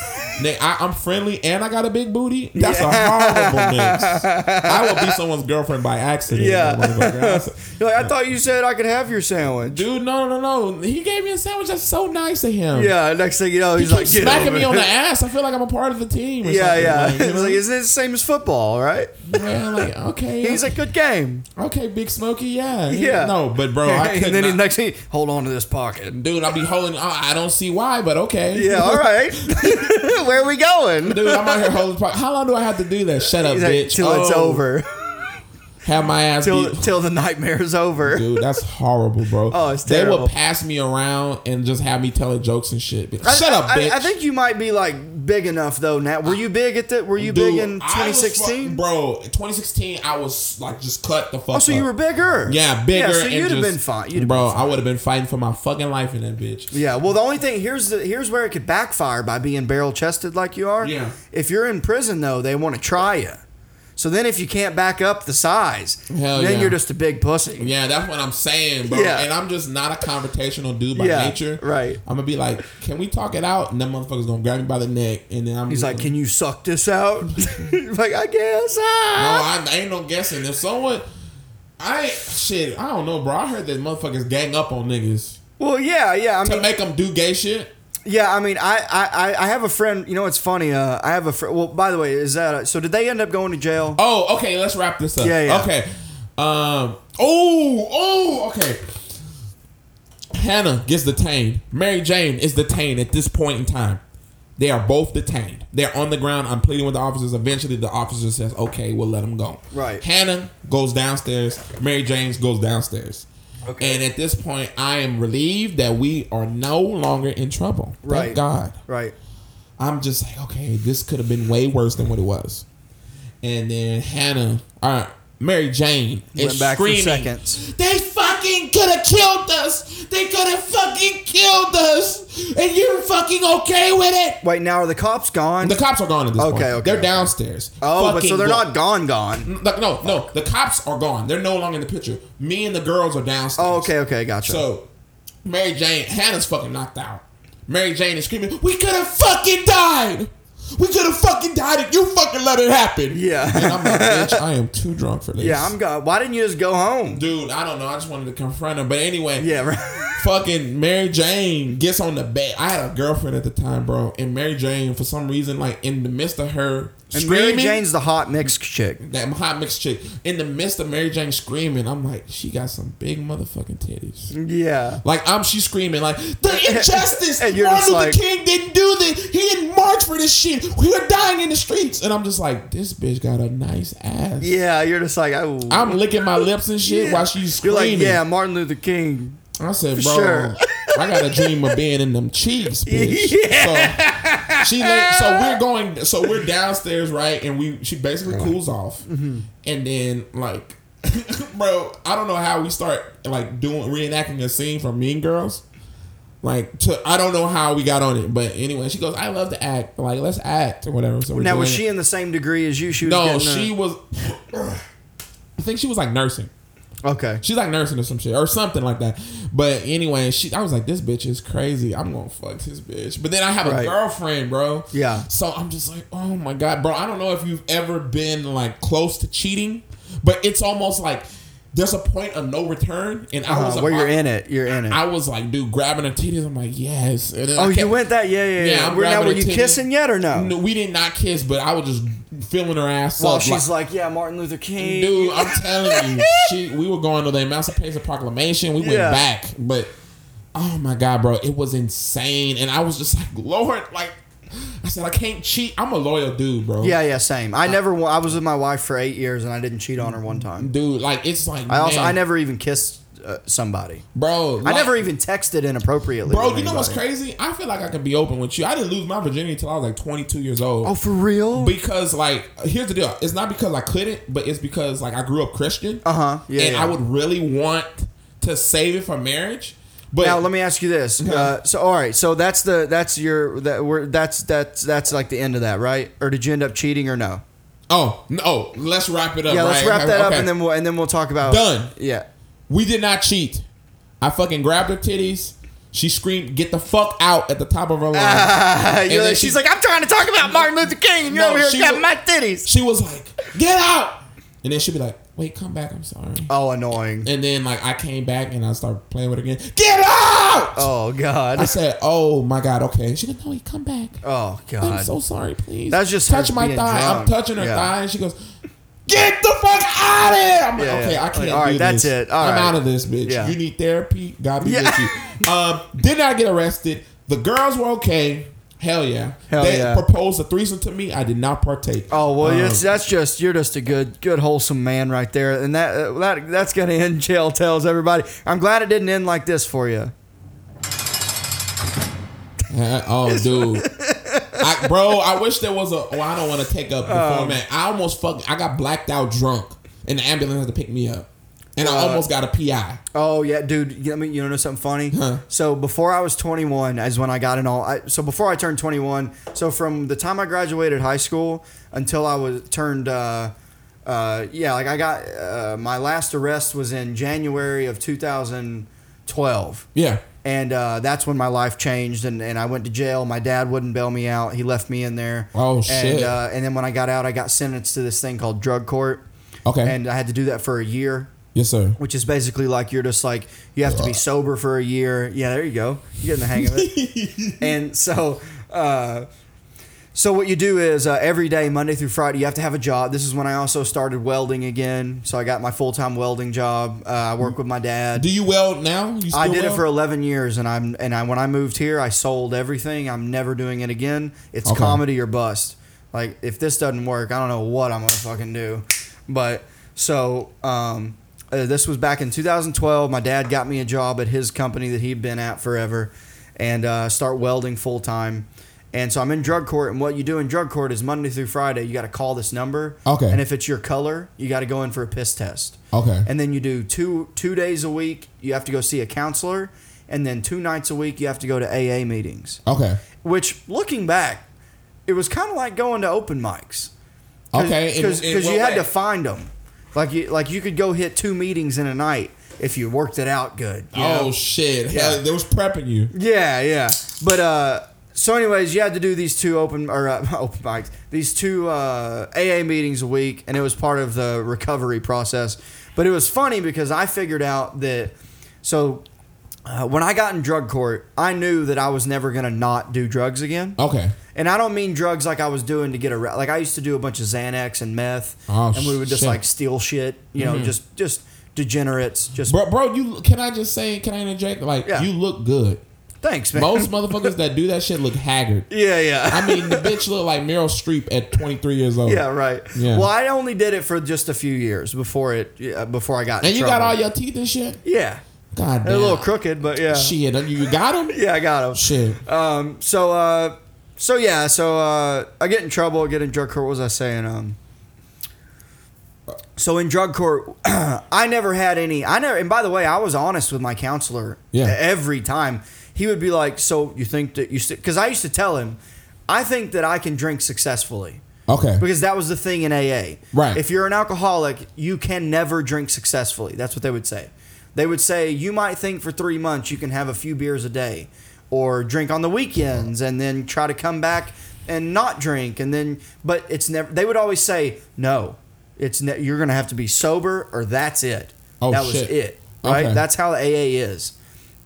Nick, I, I'm friendly and I got a big booty. That's a horrible mix. I would be someone's girlfriend by accident.
Yeah.
motherfucker.
You're like, I thought you said I could have your sandwich.
Dude, no, no, no. He gave me a sandwich. That's so nice of him.
Yeah, next thing you know,
He
he's
keeps
like "Get
smacking
over
me on
it."
the ass. I feel like I'm a part of the team. Or
Yeah,
something,
yeah.
Like, you
It's like,
know?
isn't it the same as football, right?
Yeah, like, okay.
He's a good game.
okay, Big Smokey, yeah.
Yeah.
No, but bro, Oh, I could
and then he
not.
next thing, hold on to this pocket.
Dude, I'll be holding. I I don't see why, but okay.
Yeah, all right. Where are we going?
Dude, I'm out here holding. po- How long do I have to do that? Shut up,
He's like,
bitch.
till it's
Oh,
over.
Have my ass
Till
beat.
till the nightmare's over.
Dude, that's horrible, bro.
Oh, it's
They
terrible.
would pass me around and just have me telling jokes and shit. But Shut up,
I,
bitch.
I, I think you might be like big enough though. Now, were you big at that? Were you
Dude,
big in
I was fu-
2016?
bro. in 2016, I was like just cut the fuck.
Oh, so you
up.
were bigger.
yeah, bigger.
Yeah, so
and
you'd have
just-
been fine. You'd have
bro.
been
I would have been fighting for my fucking life in that bitch.
Yeah. Well, the only thing here's the here's where it could backfire by being barrel chested like you are.
Yeah.
If you're in prison though, they want to try you. So then, if you can't back up the size,
Hell
then
yeah.
you're just a big pussy.
Yeah, that's what I'm saying, bro.
Yeah.
And I'm just not a confrontational dude by
Yeah,
nature.
right.
I'm gonna be like, can we talk it out? And that motherfucker's gonna grab me by the neck, and then I'm.
He's
just
like,
gonna-
"Can you suck this out?" like, I guess. Ah.
No, Oh, I ain't no guessing. If someone, I ain't- shit, I don't know, bro. I heard that motherfuckers gang up on niggas
Well, yeah, yeah. I
to
mean,
make them do gay shit.
yeah. I mean, I, I, I- I have a friend. You know, it's funny. Uh, I have uh, a friend. Well, by the way, is that so? Did they end up going to jail?
Oh, okay. Let's wrap this up.
Yeah, yeah.
Okay. Um. Oh. Oh. Okay. Hannah gets detained. Mary Jane is detained at this point in time. They are both detained. They're on the ground. I'm pleading with the officers. Eventually, the officer says, "Okay, we'll let them go."
Right.
Hannah goes downstairs. Mary Jane goes downstairs.
Okay.
And at this point, I am relieved that we are no longer in trouble.
Right.
Thank God.
Right.
I'm just like, okay, this could have been way worse than what it was. And then Hannah, uh, Mary Jane, is
Went back for
screaming,
seconds.
They fucking could have killed us. They could have fucking killed us. And you're fucking okay with it?
Wait, now are the cops gone?
The cops are gone at this
Okay,
point.
okay,
They're
okay.
downstairs.
oh, but so
Fucking Mm.
they're
go-
not gone, gone.
Like, no, no. The cops are gone. They're no longer in the picture. Me and the girls are downstairs.
Oh, okay, okay, gotcha.
So, Mary Jane, Hannah's fucking knocked out. Mary Jane is screaming, "We could have fucking died. We could have fucking died if you fucking let it happen."
Yeah.
and I'm like, bitch, I am too drunk for this.
yeah, I'm gone. Why didn't you just go home?
Dude, I don't know. I just wanted to confront her, but anyway,
Yeah, right.
Fucking Mary Jane gets on the bed. I had a girlfriend at the time, bro, and Mary Jane, for some reason, like in the midst of her
And
screaming,
Mary Jane's the hot mix chick.
that hot mix chick, in the midst of Mary Jane screaming, I'm like, she got some big motherfucking titties.
Yeah.
Like I'm, she's screaming like the injustice.
And you're just
Martin Luther
like-
King didn't do this. He didn't march for this shit. We are dying in the streets. And I'm just like, this bitch got a nice ass.
Yeah, you're just like, oh.
I'm licking my lips and shit while she's
You're
screaming.
like, yeah, Martin Luther King.
I said, bro,
sure.
I got a dream of being in them cheeks, bitch. So she, like, so we're going, so we're downstairs, right? And we, she basically cools off,
Mm-hmm.
and then like, bro, I don't know how we start like doing reenacting a scene from Mean Girls. Like, to, I don't know how we got on it, but anyway, she goes, "I love to act. Like, let's act or whatever." So we're
Now, was
doing
she
it.
in the same degree as you? She was
No,
getting, uh,
she was. I think she was like nursing.
Okay.
She's like nursing or some shit or something like that. But anyway, she I was like, this bitch is crazy. I'm gonna fuck this bitch. But then I have
Right.
a girlfriend, bro.
Yeah.
So I'm just like, oh my god, bro. I don't know if you've ever been like close to cheating, but it's almost like there's a point of no return, and I was
Uh, where
about-
you're in it. You're in it.
I was like, dude, grabbing her titties. I'm like, yes. And then I
oh, you
kept-
went that? Yeah, yeah, yeah.
I'm
We're- now,
grabbing
were
her
you
titties.
kissing yet or no?
No, we did not kiss, but I was just feeling her ass
Well,
up.
she's like, yeah, Martin Luther King.
Dude, I'm telling you, she, we were going to the Emancipation Proclamation. We
Yeah.
went back, but oh my god, bro, it was insane, and I was just like, Lord, like I said, I can't cheat. I'm a loyal dude, bro.
Yeah, yeah, same. I never. wa- I was with my wife for eight years, and I didn't cheat on her one time.
dude, like it's like
I also,
man,
I never even kissed uh, somebody. I
bro, like-
never even texted inappropriately.
Bro,
with
you know what's
anybody.
crazy? I feel like I could be open with you. I didn't lose my virginity until I was like 22 years old.
Oh, for real?
because like here's the deal it's not because i couldn't but it's because like i grew up christian
Uh-huh. Yeah,
and
yeah.
i would really want to save it for marriage but
now let me ask you this. Uh, so, all right, so that's the that's your that we're that's that's that's like the end of that, right? Or did you end up cheating or no?
oh no let's wrap it up
Yeah, let's
right?
wrap that up
Okay.
and then we'll and then we'll talk about
Done.
Yeah.
we did not cheat i fucking grabbed her titties she screamed get the fuck out at the top of her lungs
You're
then
like,
she-
she's like, I'm trying to talk about Martin Luther King, and you're
No,
over here
she
grabbing
wa-
my titties.
she was like get out and then she'd be like wait come back i'm sorry
Oh, annoying.
and then like i came back and i started playing with her again get out
Oh God.
I said, "Oh my God, okay." She goes, "No, he come back."
Oh
I'm
God.
so sorry, please.
That's just
touch
her
my
being
thigh. I'm
drunk.
touching her
Yeah.
thigh, and she goes, "Get the fuck out of here!" I'm like,
Yeah,
"Okay,
yeah.
I can't."
Like, all right,
do
that's
this.
it. All
I'm
right.
out of this, bitch.
Yeah.
You need therapy. God be
Yeah.
with you. Um, did not get arrested. The girls were okay. Hell yeah.
Hell
they
yeah.
proposed a threesome to me. I did not partake.
Oh well,
Um,
it's, that's just you're just a good, good wholesome man right there, and that uh, that that's gonna end jail tells everybody. I'm glad it didn't end like this for you.
Uh, oh, dude. I, bro, I wish there was a. Well, I don't want to take up the
Um.
format. I almost fuck. I got blacked out drunk, and the ambulance had to pick me up, and I almost got a PI.
Oh yeah, dude. You know, I mean, you know something funny?
Huh.
So before I was 21, is when I got in all. I, so before I turned 21, so from the time I graduated high school until I was turned, uh, uh, yeah, like I got uh, my last arrest was in January of 2012.
Yeah.
and uh, that's when my life changed and, and I went to jail. My dad wouldn't bail me out. He left me in there.
Oh,
and,
shit.
Uh, and then when I got out, I got sentenced to this thing called drug court.
Okay.
And I had to do that for a year,
yes, sir.
which is basically like you're just like you have to be sober for a year. Yeah, there you go. You're getting the hang of it. and so. Uh, So what you do is uh, every day, Monday through Friday, you have to have a job. This is when I also started welding again. So I got my full time welding job. Uh, I work with my dad.
Do you weld now? You
I
still
did it
weld?
for 11 years, and I'm and I when I moved here, I sold everything. I'm never doing it again. It's
Okay.
comedy or bust. Like if this doesn't work, I don't know what I'm gonna fucking do. But so um, uh, this was back in 2012. My dad got me a job at his company that he'd been at forever, and uh, start welding full time. And so I'm in drug court, and what you do in drug court is Monday through Friday, you got to call this number.
Okay.
And if it's your color, you got to go in for a piss test.
Okay.
And then you do two two days a week. You have to go see a counselor, and then two nights a week you have to go to AA meetings.
Okay.
Which, looking back, it was kind of like going to open mics.
Okay. in-
Because
in
you
what
had
way?
to find them. Like you like you could go hit two meetings in a night if you worked it out good. you know?
Oh shit!
Yeah.
Hell, they was prepping you.
Yeah, yeah. But uh so anyways, you had to do these two open or uh, open mics, these two uh, AA meetings a week, and it was part of the recovery process. But it was funny because I figured out that so uh, when I got in drug court, I knew that I was never gonna not do drugs again.
Okay.
And I don't mean drugs like I was doing to get around. Like I used to do a bunch of Xanax and meth,
Oh,
and we would just
shit. Mm-hmm.
like steal shit, you know, just just degenerates. Just
Bro, bro, you can I just say? Can I interject? Like,
Yeah.
you look good.
thanks, man.
Most motherfuckers that do that shit look haggard.
yeah, yeah.
I mean, the bitch look like Meryl Streep at 23 years old.
Yeah, right.
Yeah.
Well, I only did it for just a few years before it yeah, before I got. in
And you got
trouble.
all your teeth and shit.
yeah,
God
They're
damn.
a little crooked, but yeah,
Shit, you you got them.
yeah, I got them.
Shit.
Um, so uh, so yeah, so uh, I get in trouble, I get in drug court. What was I saying? Um, so in drug court, I never had any. I never, and by the way, I was honest with my counselor.
Yeah.
Every time he would be like, "So you think that you?" Because I used to tell him, "I think that I can drink successfully."
Okay.
because that was the thing in AA.
Right.
If you're an alcoholic, you can never drink successfully. That's what they would say. They would say you might think for three months you can have a few beers a day, or drink on the weekends, and then try to come back and not drink, and then but it's never. They would always say no. It's ne- you're gonna have to be sober, or that's it.
Oh,
that was
shit.
it. Right.
Okay.
That's how AA is,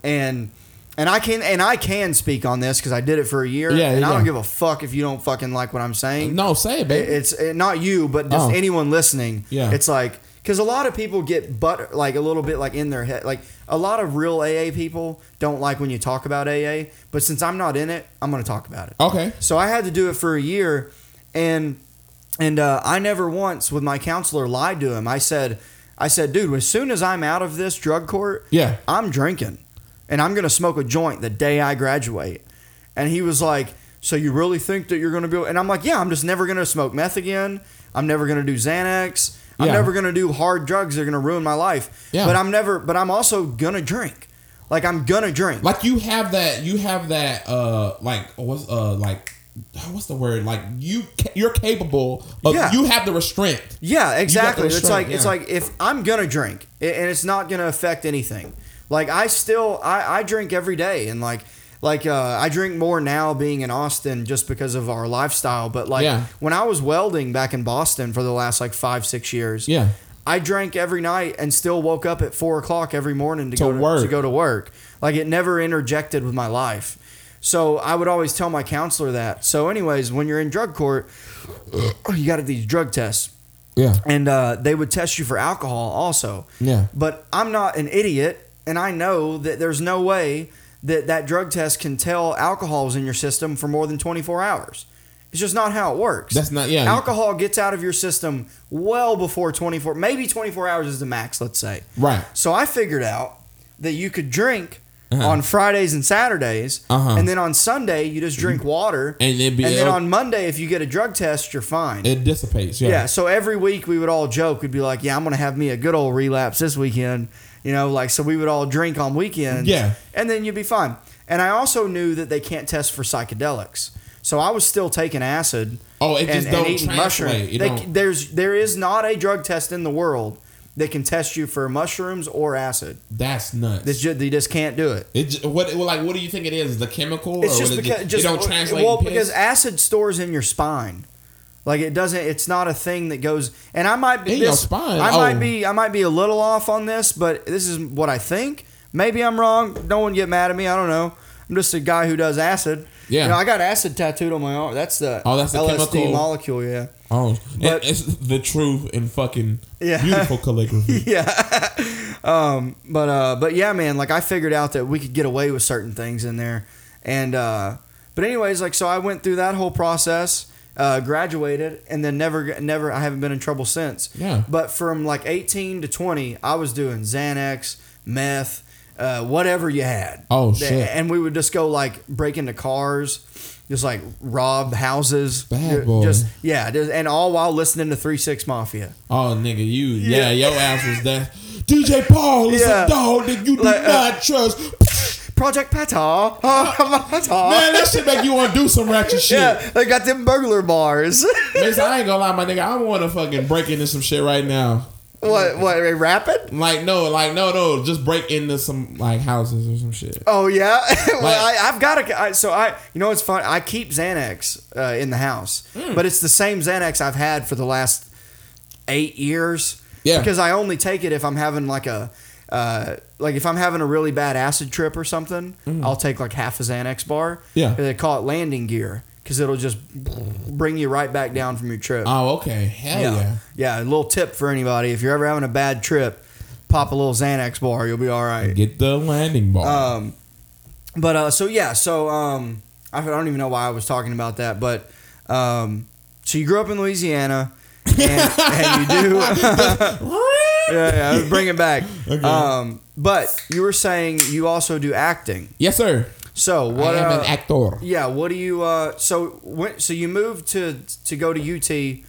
and. And I can and I can speak on this because I did it for a year,
Yeah,
and I don't
yeah.
give a fuck if you don't fucking like what I'm saying
No, say it, baby.
it's it, not you, but just
Oh.
anyone listening.
Yeah.
it's like because a lot of people get but like a little bit like in their head. Like a lot of real AA people don't like when you talk about AA, but since I'm not in it, I'm gonna talk about it.
okay.
So I had to do it for a year, and and uh, I never once with my counselor lied to him. I said, I said, dude, as soon as I'm out of this drug court,
Yeah.
I'm drinking, and I'm gonna smoke a joint the day I graduate. And he was like, so you really think that you're gonna be? And I'm like, yeah, I'm just never gonna smoke meth again. I'm never gonna do Xanax. I'm
Yeah.
never gonna do hard drugs. They're gonna ruin my life.
Yeah.
But I'm never. But I'm also gonna drink. Like I'm gonna drink.
Like you have that. You have that. Uh, like what's uh like. What's the word? Like you, ca- you're capable of.
Yeah.
You have the restraint.
Yeah, exactly. It's
restraint,
like it's
yeah.
like if I'm gonna drink, i- and it's not gonna affect anything. Like I still I, I drink every day, and like like uh, I drink more now being in Austin just because of our lifestyle. But like
Yeah.
when I was welding back in Boston for the last like five six years,
Yeah.
I drank every night and still woke up at four o'clock every morning to,
To
go to,
work.
to go to work. Like it never interjected with my life. So I would always tell my counselor that. So, anyways, when you're in drug court, you got to do these drug tests
Yeah.
and uh, they would test you for alcohol also.
Yeah.
But I'm not an idiot, and I know that there's no way that that drug test can tell alcohol is in your system for more than 24 hours. It's just not how it works.
That's not- yeah.
Alcohol gets out of your system well before 24, maybe 24 hours is the max, let's say.
Right.
So I figured out that you could drink on Fridays and Saturdays,
Uh-huh.
and then on Sunday you just drink water,
And it'd be-
then on Monday if you get a drug test, you're fine.
It dissipates. Yeah.
Yeah, so every week we would all joke. We'd be like, "Yeah, I'm gonna have me a good old relapse this weekend," you know, like so we would all drink on weekends.
Yeah.
and then you'd be fine. And I also knew that they can't test for psychedelics, so I was still taking acid.
Oh, it
and,
just
and
don't
eating
translate.
mushrooms.
It
They-
don't-
There's there is not a drug test in the world that can test you for mushrooms or acid.
That's nuts.
This ju- they just can't do it.
It j- what well, like what do you think it is? The chemical?
It's
or
just
what is
because
it,
just uh,
it don't translate.
well
in piss?
because acid stores in your spine. Like it doesn't. It's not a thing that goes. And I might be
In your
this-
spine?
I
Oh.
might be. I might be a little off on this, but this is what I think. Maybe I'm wrong. No one get mad at me. I don't know. I'm just a guy who does acid.
Yeah.
You know, I got acid tattooed on my arm. That's the
Oh, that's the
LSD
chemical-
molecule. Yeah.
Oh,
But-
it, it's the truth in fucking
Yeah.
beautiful calligraphy.
yeah. um, but uh, but yeah, man. Like I figured out that we could get away with certain things in there, and uh, but anyways, like so I went through that whole process, uh, graduated, and then never never I haven't been in trouble since.
Yeah.
But from like eighteen to twenty, I was doing Xanax, meth. Uh, whatever you had.
Oh, shit.
And we would just go like break into cars, just like rob houses.
Bad boy.
Just yeah, just, and all while listening to Three Six Mafia.
Oh, nigga, you yeah, your ass was that. DJ Paul is
Yeah.
a dog that you do
Like, uh,
not trust.
Project Pata. Pata.
Man, that shit make you want to do some ratchet shit.
Yeah, they got them burglar bars.
Miss, I ain't gonna lie, my nigga. I want to fucking break into some shit right now.
what? What? They rapid?
Like no, like no, no. Just break into some like houses or some shit.
Oh yeah. well,
Like-
I, I've got to. I, so I, you know, it's fun. I keep Xanax uh, in the house, but it's the same Xanax I've had for the last eight years.
Yeah.
Because I only take it if I'm having like a. Uh, like if I'm having a really bad acid trip or something, I'll take like half a Xanax bar.
Yeah.
they call it landing gear because it'll just bring you right back down from your trip.
Oh, okay. Hell yeah.
yeah. Yeah, a little tip for anybody. If you're ever having a bad trip, pop a little Xanax bar. You'll be all right.
Get the landing ball.
Um, but uh, so yeah, so um, I don't even know why I was talking about that, but um, so you grew up in Louisiana, and, and you do. yeah, yeah, bring it back.
Okay.
Um, but you were saying you also do acting.
yes, sir.
So what?
I am
uh,
an actor.
yeah, what do you? Uh, so when, so you moved to to go to UT,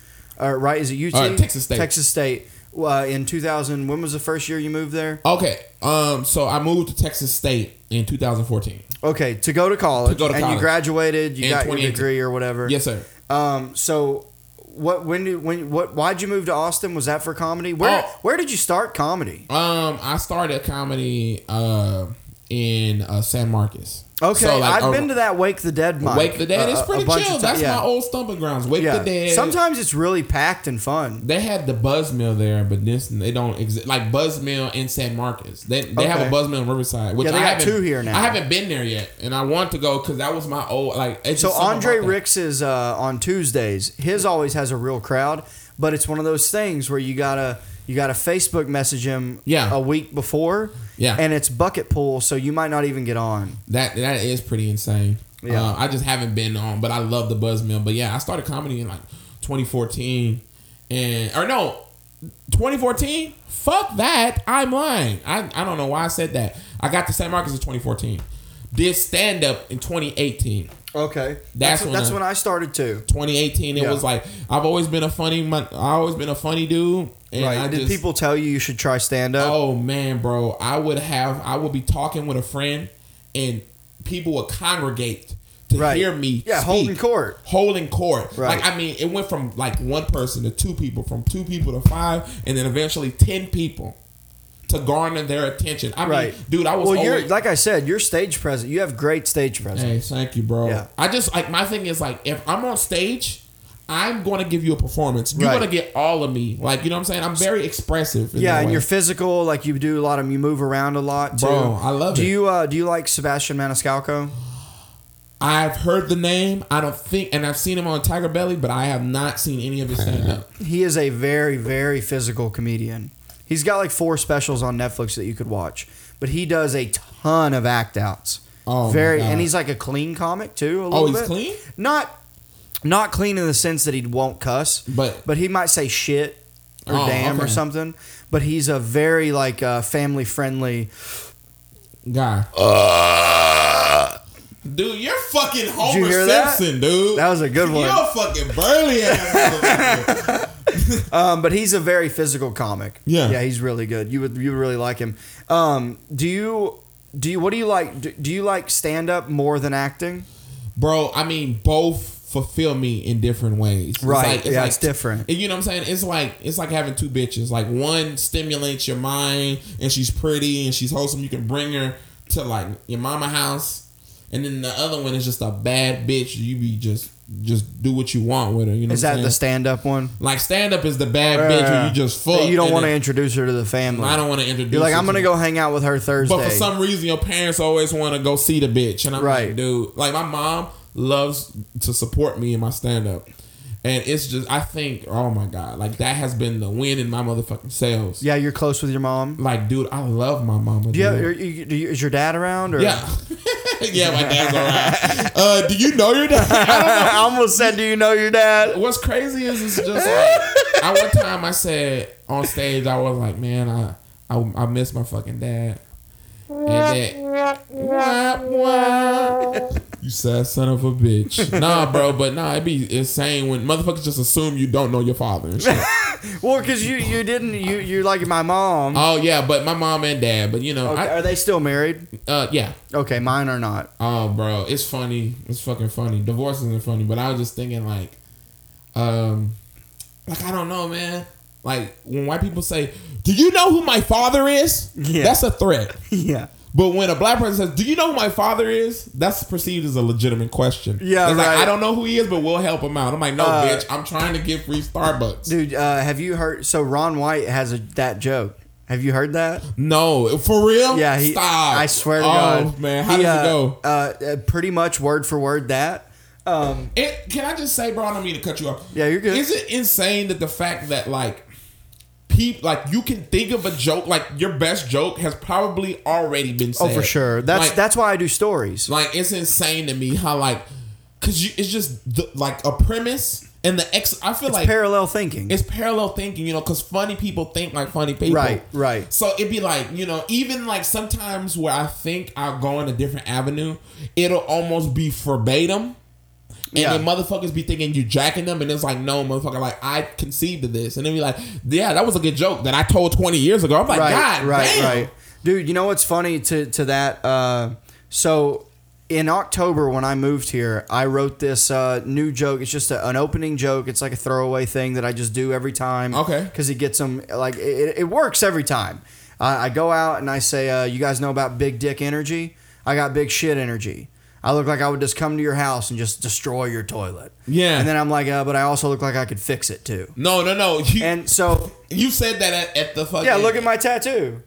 uh, right? Is it UT?
Uh, Texas State.
Texas State. Uh, in 2000, when was the first year you moved there?
Okay. Um. So I moved to Texas State in 2014.
Okay, to go to college,
To go to
and you
college.
graduated, you
In
got your
2018.
degree or whatever.
Yes, sir.
Um. So, what? When did? When? What? Why'd you move to Austin? Was that for comedy? Where?
Oh.
Where did you start comedy?
Um. I started comedy. Uh. In uh, San Marcos.
Okay,
So, like,
I've
um,
been to that Wake the Dead. Mic,
Wake the Dead.
uh,
It's
a
pretty
bunch
chill.
of ti-
That's
yeah.
my old stomping grounds. Wake
Yeah.
the Dead.
Sometimes it's really packed and fun.
They had the buzz mill there, but this they don't exist. Like buzz mill in San Marcos, they, they have
Okay.
a buzz mill in Riverside. Which
Yeah, they
I
got
haven't-
two here now.
I haven't been there yet, and I want to go because that was my old like. It's
So
just something
Andre
about that.
Ricks is uh, on Tuesdays. His always has a real crowd, but it's one of those things where you gotta you gotta Facebook message him
Yeah.
a week before.
Yeah.
And it's bucket pool, so you might not even get on.
that that is pretty insane.
Yeah.
Uh, I just haven't been on, but I love the buzz mill. But yeah, I started comedy in like 2014, and or no, 2014. Fuck that, I'm lying. I I don't know why I said that. I got to San Marcos in 2014. Did stand up in 2018.
Okay.
That's
that's,
when
that's
I-
when I started too.
2018 it
Yeah.
was like i've always been a funny mon- i always been a funny dude and
Right.
i
Did
just people
people tell you you should try stand up?
oh man bro i would have i would be talking with a friend and people would congregate to
Right.
hear me
Yeah,
speak.
holding court.
holding court
Right.
like i mean it went from like one person to two people from two people to five and then eventually 10 people to garner their attention i
Right.
mean dude i was
well, you're
always-
like I said, you're stage present. You have great stage presence.
Hey, thank you, bro.
Yeah.
I just like my thing is like if I'm on stage, I'm gonna give you a performance. You're
Right.
gonna get all of me. Like you know what I'm saying? I'm very expressive. in
Yeah,
that
and
way.
you're physical. Like you do a lot of you move around a lot. Too.
Bro, I love
do
it.
you uh, do you like Sebastian Maniscalco?
I've heard the name. I don't think, and I've seen him on Tiger Belly, but I have not seen any of his stand up.
He is a very very physical comedian. He's got like four specials on Netflix that you could watch, but he does a ton of act outs.
Oh, my
very,
God.
and he's like a clean comic too. A little
Oh, he's
bit.
clean.
Not not clean in the sense that he won't cuss,
But-
but he might say shit or
Oh,
damn or
okay.
something. But he's a very like uh, family friendly.
Guy. Uh, Dude, you're fucking Homer
you hear that?
Simpson, dude.
That was a good
You're
one.
a fucking burly ass. motherfucker.
Um, but he's a very physical comic.
Yeah.
yeah, he's really good. You would you would really like him. Um, do you do you, what do you like? Do, do you like stand up more than acting?
bro. I mean, both fulfill me in different ways. It's
Right. Yeah, it's different.
You know what I'm saying? It's like it's like having two bitches. Like one stimulates your mind, and she's pretty and she's wholesome. You can bring her to like your mama house, and then the other one is just a bad bitch. You be just just do what you want with her. You know
Is
what
that
I'm
the
saying?
stand up one?
like stand up is the bad bitch where you just fuck.
You don't
and
want to
then-
introduce her to the family.
I don't want to introduce.
You're like
her
I'm gonna
to-
go hang out with her Thursday.
but for some reason, your parents always want to go see the bitch, and I'm
Right.
like, dude, like my mom loves to support me in my stand up. And it's just, I think, oh my God, like that has been the win in my motherfucking sales.
Yeah, you're close with your mom.
Like, dude, I love my mama.
Do you have,
dude.
are you, do you, is your dad around? Or?
Yeah. yeah, my dad's alright. Uh, do you know your dad?
I almost said, do you know your dad?
What's crazy is it's just like I one time I said on stage I was like, man, I I, I miss my fucking dad. And then wah, wah. you sad son of a bitch. Nah, bro, but nah, it'd be insane when motherfuckers just assume you don't know your father. and shit.
Well, because you, you didn't, you, you're like my mom.
oh yeah, but my mom and dad. But you know,
Okay, are they still married?
I, uh, yeah.
Okay, mine are not.
Oh, bro, it's funny. It's fucking funny. Divorce isn't funny, but I was just thinking like, um, like I don't know, man. Like when white people say, "Do you know who my father is?"
Yeah.
that's a threat.
Yeah.
But when a black person says, "Do you know who my father is?" that's perceived as a legitimate question.
Yeah,
It's
right.
like I don't know who he is, but we'll help him out. I'm like, no,
Uh,
bitch, I'm trying to get free Starbucks.
Dude, uh, have you heard? So Ron White has a, that joke. Have you heard that?
no, for real?
Yeah, he,
Stop.
I swear to
oh,
God.
man, how
He,
does
uh,
it go?
Uh, uh, pretty much word for word that. Um,
It, can I just say, bro? I don't mean to cut you off.
Yeah, you're good.
Is it insane that the fact that like, peep, like you can think of a joke, like your best joke has probably already been
oh,
said.
for sure. That's
Like-
that's why I do stories.
Like it's insane to me how like, cause you, it's just the, like a premise and the ex. I feel like
Parallel thinking.
it's parallel thinking, you know, because funny people think like funny people.
Right, right.
So it'd be like, you know, even like sometimes where I think I'll go in a different avenue, it'll almost be verbatim. And
Yeah.
then motherfuckers be thinking you jacking them, and it's like, no, motherfucker, like I conceived of this, and then be like, yeah, that was a good joke that I told twenty years ago. I'm like,
right,
God,
right,
damn.
right. Dude, you know what's funny to to that? Uh, so in October when I moved here, I wrote this uh, new joke. It's just a, an opening joke. It's like a throwaway thing that I just do every time.
Okay.
because it gets them like it, it works every time. I, I go out and I say, uh, "You guys know about big dick energy? I got big shit energy." I look like I would just come to your house and just destroy your toilet.
Yeah.
And then I'm like, uh, but I also look like I could fix it too.
No, no, no. You,
And so
you said that at, at the fucking.
yeah, look at my tattoo.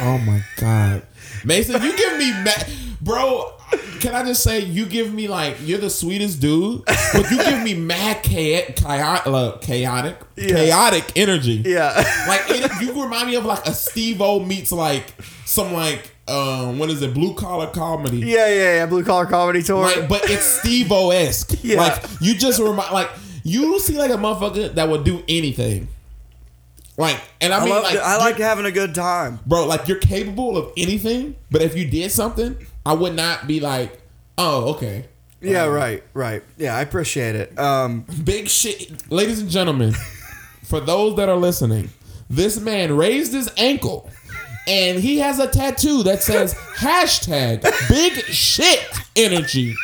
Oh my god, Mason, you give me, ma- bro. Can I just say you give me like you're the sweetest dude, but you give me mad chaotic, chaotic, chaotic, chaotic energy.
Yeah.
Like it, you remind me of like a Steve O meets like some like um what is it blue collar comedy.
Yeah, yeah, yeah. Blue collar comedy tour.
Like, but it's Steve O esque.
Yeah.
Like you just remind like you see like a motherfucker that would do anything. Like and I,
I,
mean
love,
like
I
you-
like having a good time.
bro, like you're capable of anything, but if you did something, I would not be like, oh, okay.
Yeah, right, right. Yeah, I appreciate it. Um,
Big shit. Ladies and gentlemen, for those that are listening, this man raised his ankle and he has a tattoo that says hashtag big shit energy.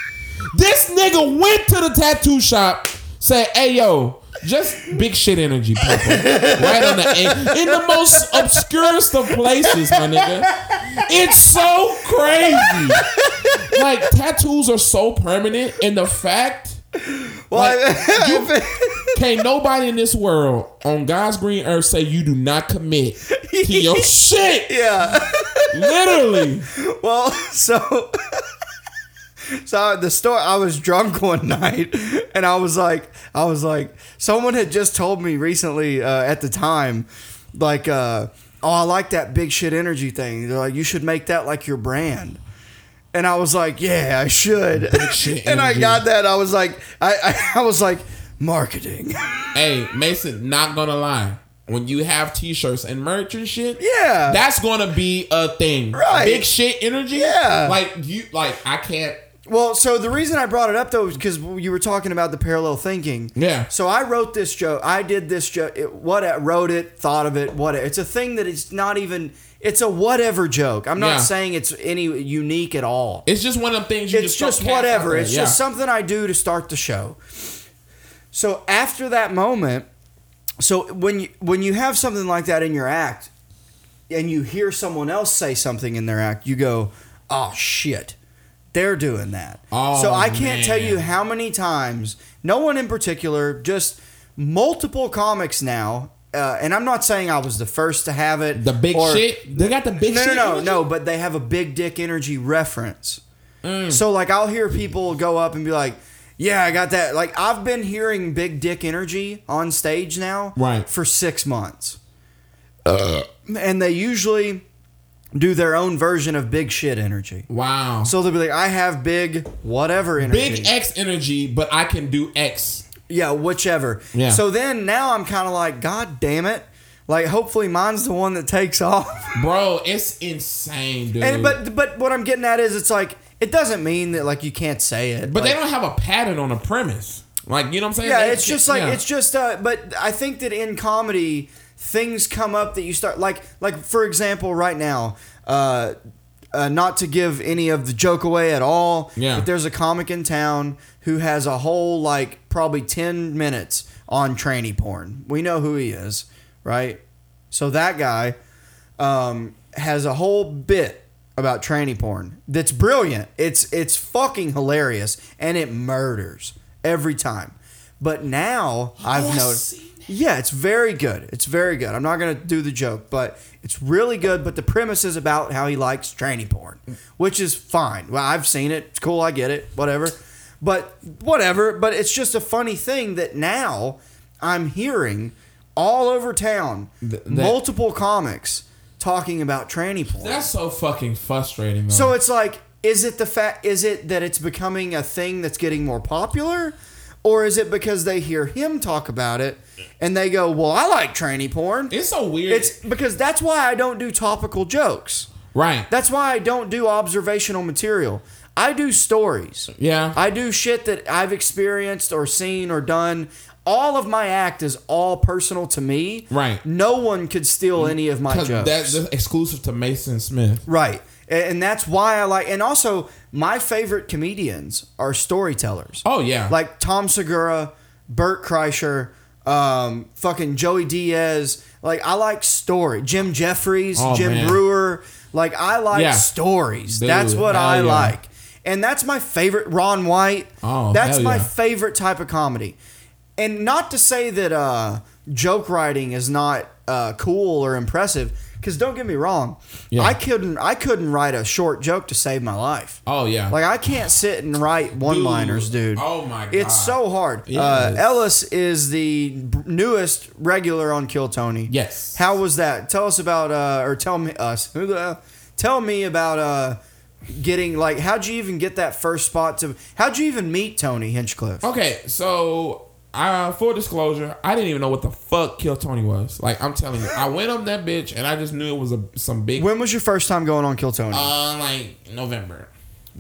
This nigga went to the tattoo shop, said, hey, yo, just big shit energy, people. Right on the ankle. In the most obscurest of places, my nigga. It's so crazy. Like, tattoos are so permanent, and the fact
well, I-
you, can't nobody in this world on God's green earth say you do not commit to your shit.
yeah.
Literally.
Well, so so the store. I was drunk one night, and I was like, I was like, someone had just told me recently uh, at the time, like, uh, oh, I like that big shit energy thing. They're like, you should make that like your brand. And I was like, yeah, I should.
shit
and I
energy.
got that. I was like, I, I, I was like, marketing.
Hey, Mason, not gonna lie. When you have t-shirts and merch and shit,
Yeah.
that's gonna be a thing.
Right.
Big shit energy.
Yeah.
Like you like I can't
Well, so the reason I brought it up though is because you were talking about the parallel thinking.
Yeah.
So I wrote this joke. I did this joke. It, what I wrote it, thought of it. What it's a thing that it's not even. It's a whatever joke. I'm not
Yeah.
saying it's any unique at all.
it's just one of them things you
it's
just
just
throw cats out
whatever.
there.
It's just
Yeah.
something I do to start the show. So after that moment, so when you when you have something like that in your act, and you hear someone else say something in their act, you go, "Oh shit, they're doing that."
Oh,
so I can't tell you
man.
how many times, no one in particular, just multiple comics now. Uh, and I'm not saying I was the first to have it.
the big
or-
shit. They got the big
no,
shit.
no, no,
energy?
no. But they have a big dick energy reference.
Mm.
So like I'll hear people go up and be like, "Yeah, I got that." Like I've been hearing big dick energy on stage now,
Right. Uh.
for six months, and they usually do their own version of big shit energy.
Wow. So
So they'll be like, "I have big whatever energy,
big e- X energy, but I can do X.
yeah, whichever."
Yeah.
So then now I'm kind of like, "God damn it!" Like hopefully mine's the one that takes off.
Bro, it's insane, dude.
And but but what I'm getting at is it's like it doesn't mean that like you can't say it.
But
like,
they don't have a pattern on a premise. Like, you know what I'm saying?
Yeah,
They-
it's just like
yeah.
it's just. Uh, but I think that in comedy, things come up that you start like like for example, right now. Uh, uh, not to give any of the joke away at all.
Yeah.
But there's a comic in town who has a whole like probably ten minutes on tranny porn. We know who he is, right? So that guy um, has a whole bit about tranny porn that's brilliant. It's it's fucking hilarious and it murders every time. But now I've
I've
noticed.
seen
Yeah, it's very good. It's very good. I'm not gonna do the joke, but it's really good. But the premise is about how he likes tranny porn, which is fine. Well, I've seen it. It's cool. I get it. Whatever. But whatever. But it's just a funny thing that now I'm hearing all over town
that-
multiple comics talking about tranny porn.
That's so fucking frustrating, man.
so it's like, is it the fact? Is it that it's becoming a thing that's getting more popular, or is it because they hear him talk about it and they go, "Well, I like tranny porn."
it's so weird.
It's because that's why I don't do topical jokes.
right.
That's why I don't do observational material. I do stories.
Yeah.
I do shit that I've experienced or seen or done. All of my act is all personal to me.
Right. Mm,
No one could steal any of my
Because
jokes.
that's exclusive to Mason Smith.
right. And and that's why I like and also my favorite comedians are storytellers.
Oh yeah.
Like Tom Segura, Burt Kreischer, um, fucking Joey Diaz. Like I like story. Jim Jeffries,
Oh,
Jim
man.
Brewer. Like I like
Yeah.
stories.
Dude,
that's what
hell
I
yeah.
like. And that's my favorite Ron White.
Oh,
that's
hell
my
yeah.
favorite type of comedy. And not to say that uh, joke writing is not uh, cool or impressive, because don't get me wrong,
Yeah.
I couldn't I couldn't write a short joke to save my life.
oh yeah.
Like I can't sit and write one liners, dude.
Oh my god.
It's so hard. Uh,
Yes.
Ellis is the b- newest regular on Kill Tony.
Yes.
How was that? Tell us about, uh, or tell me us. Who the- Tell me about uh, getting like. How'd you even get that first spot to? How'd you even meet Tony Hinchcliffe?
Okay, so uh, full disclosure, I didn't even know what the fuck Kill Tony was. Like I'm telling you, I went up that bitch and I just knew it was a some big
When was your first time going on Kill Tony?
uh, like November.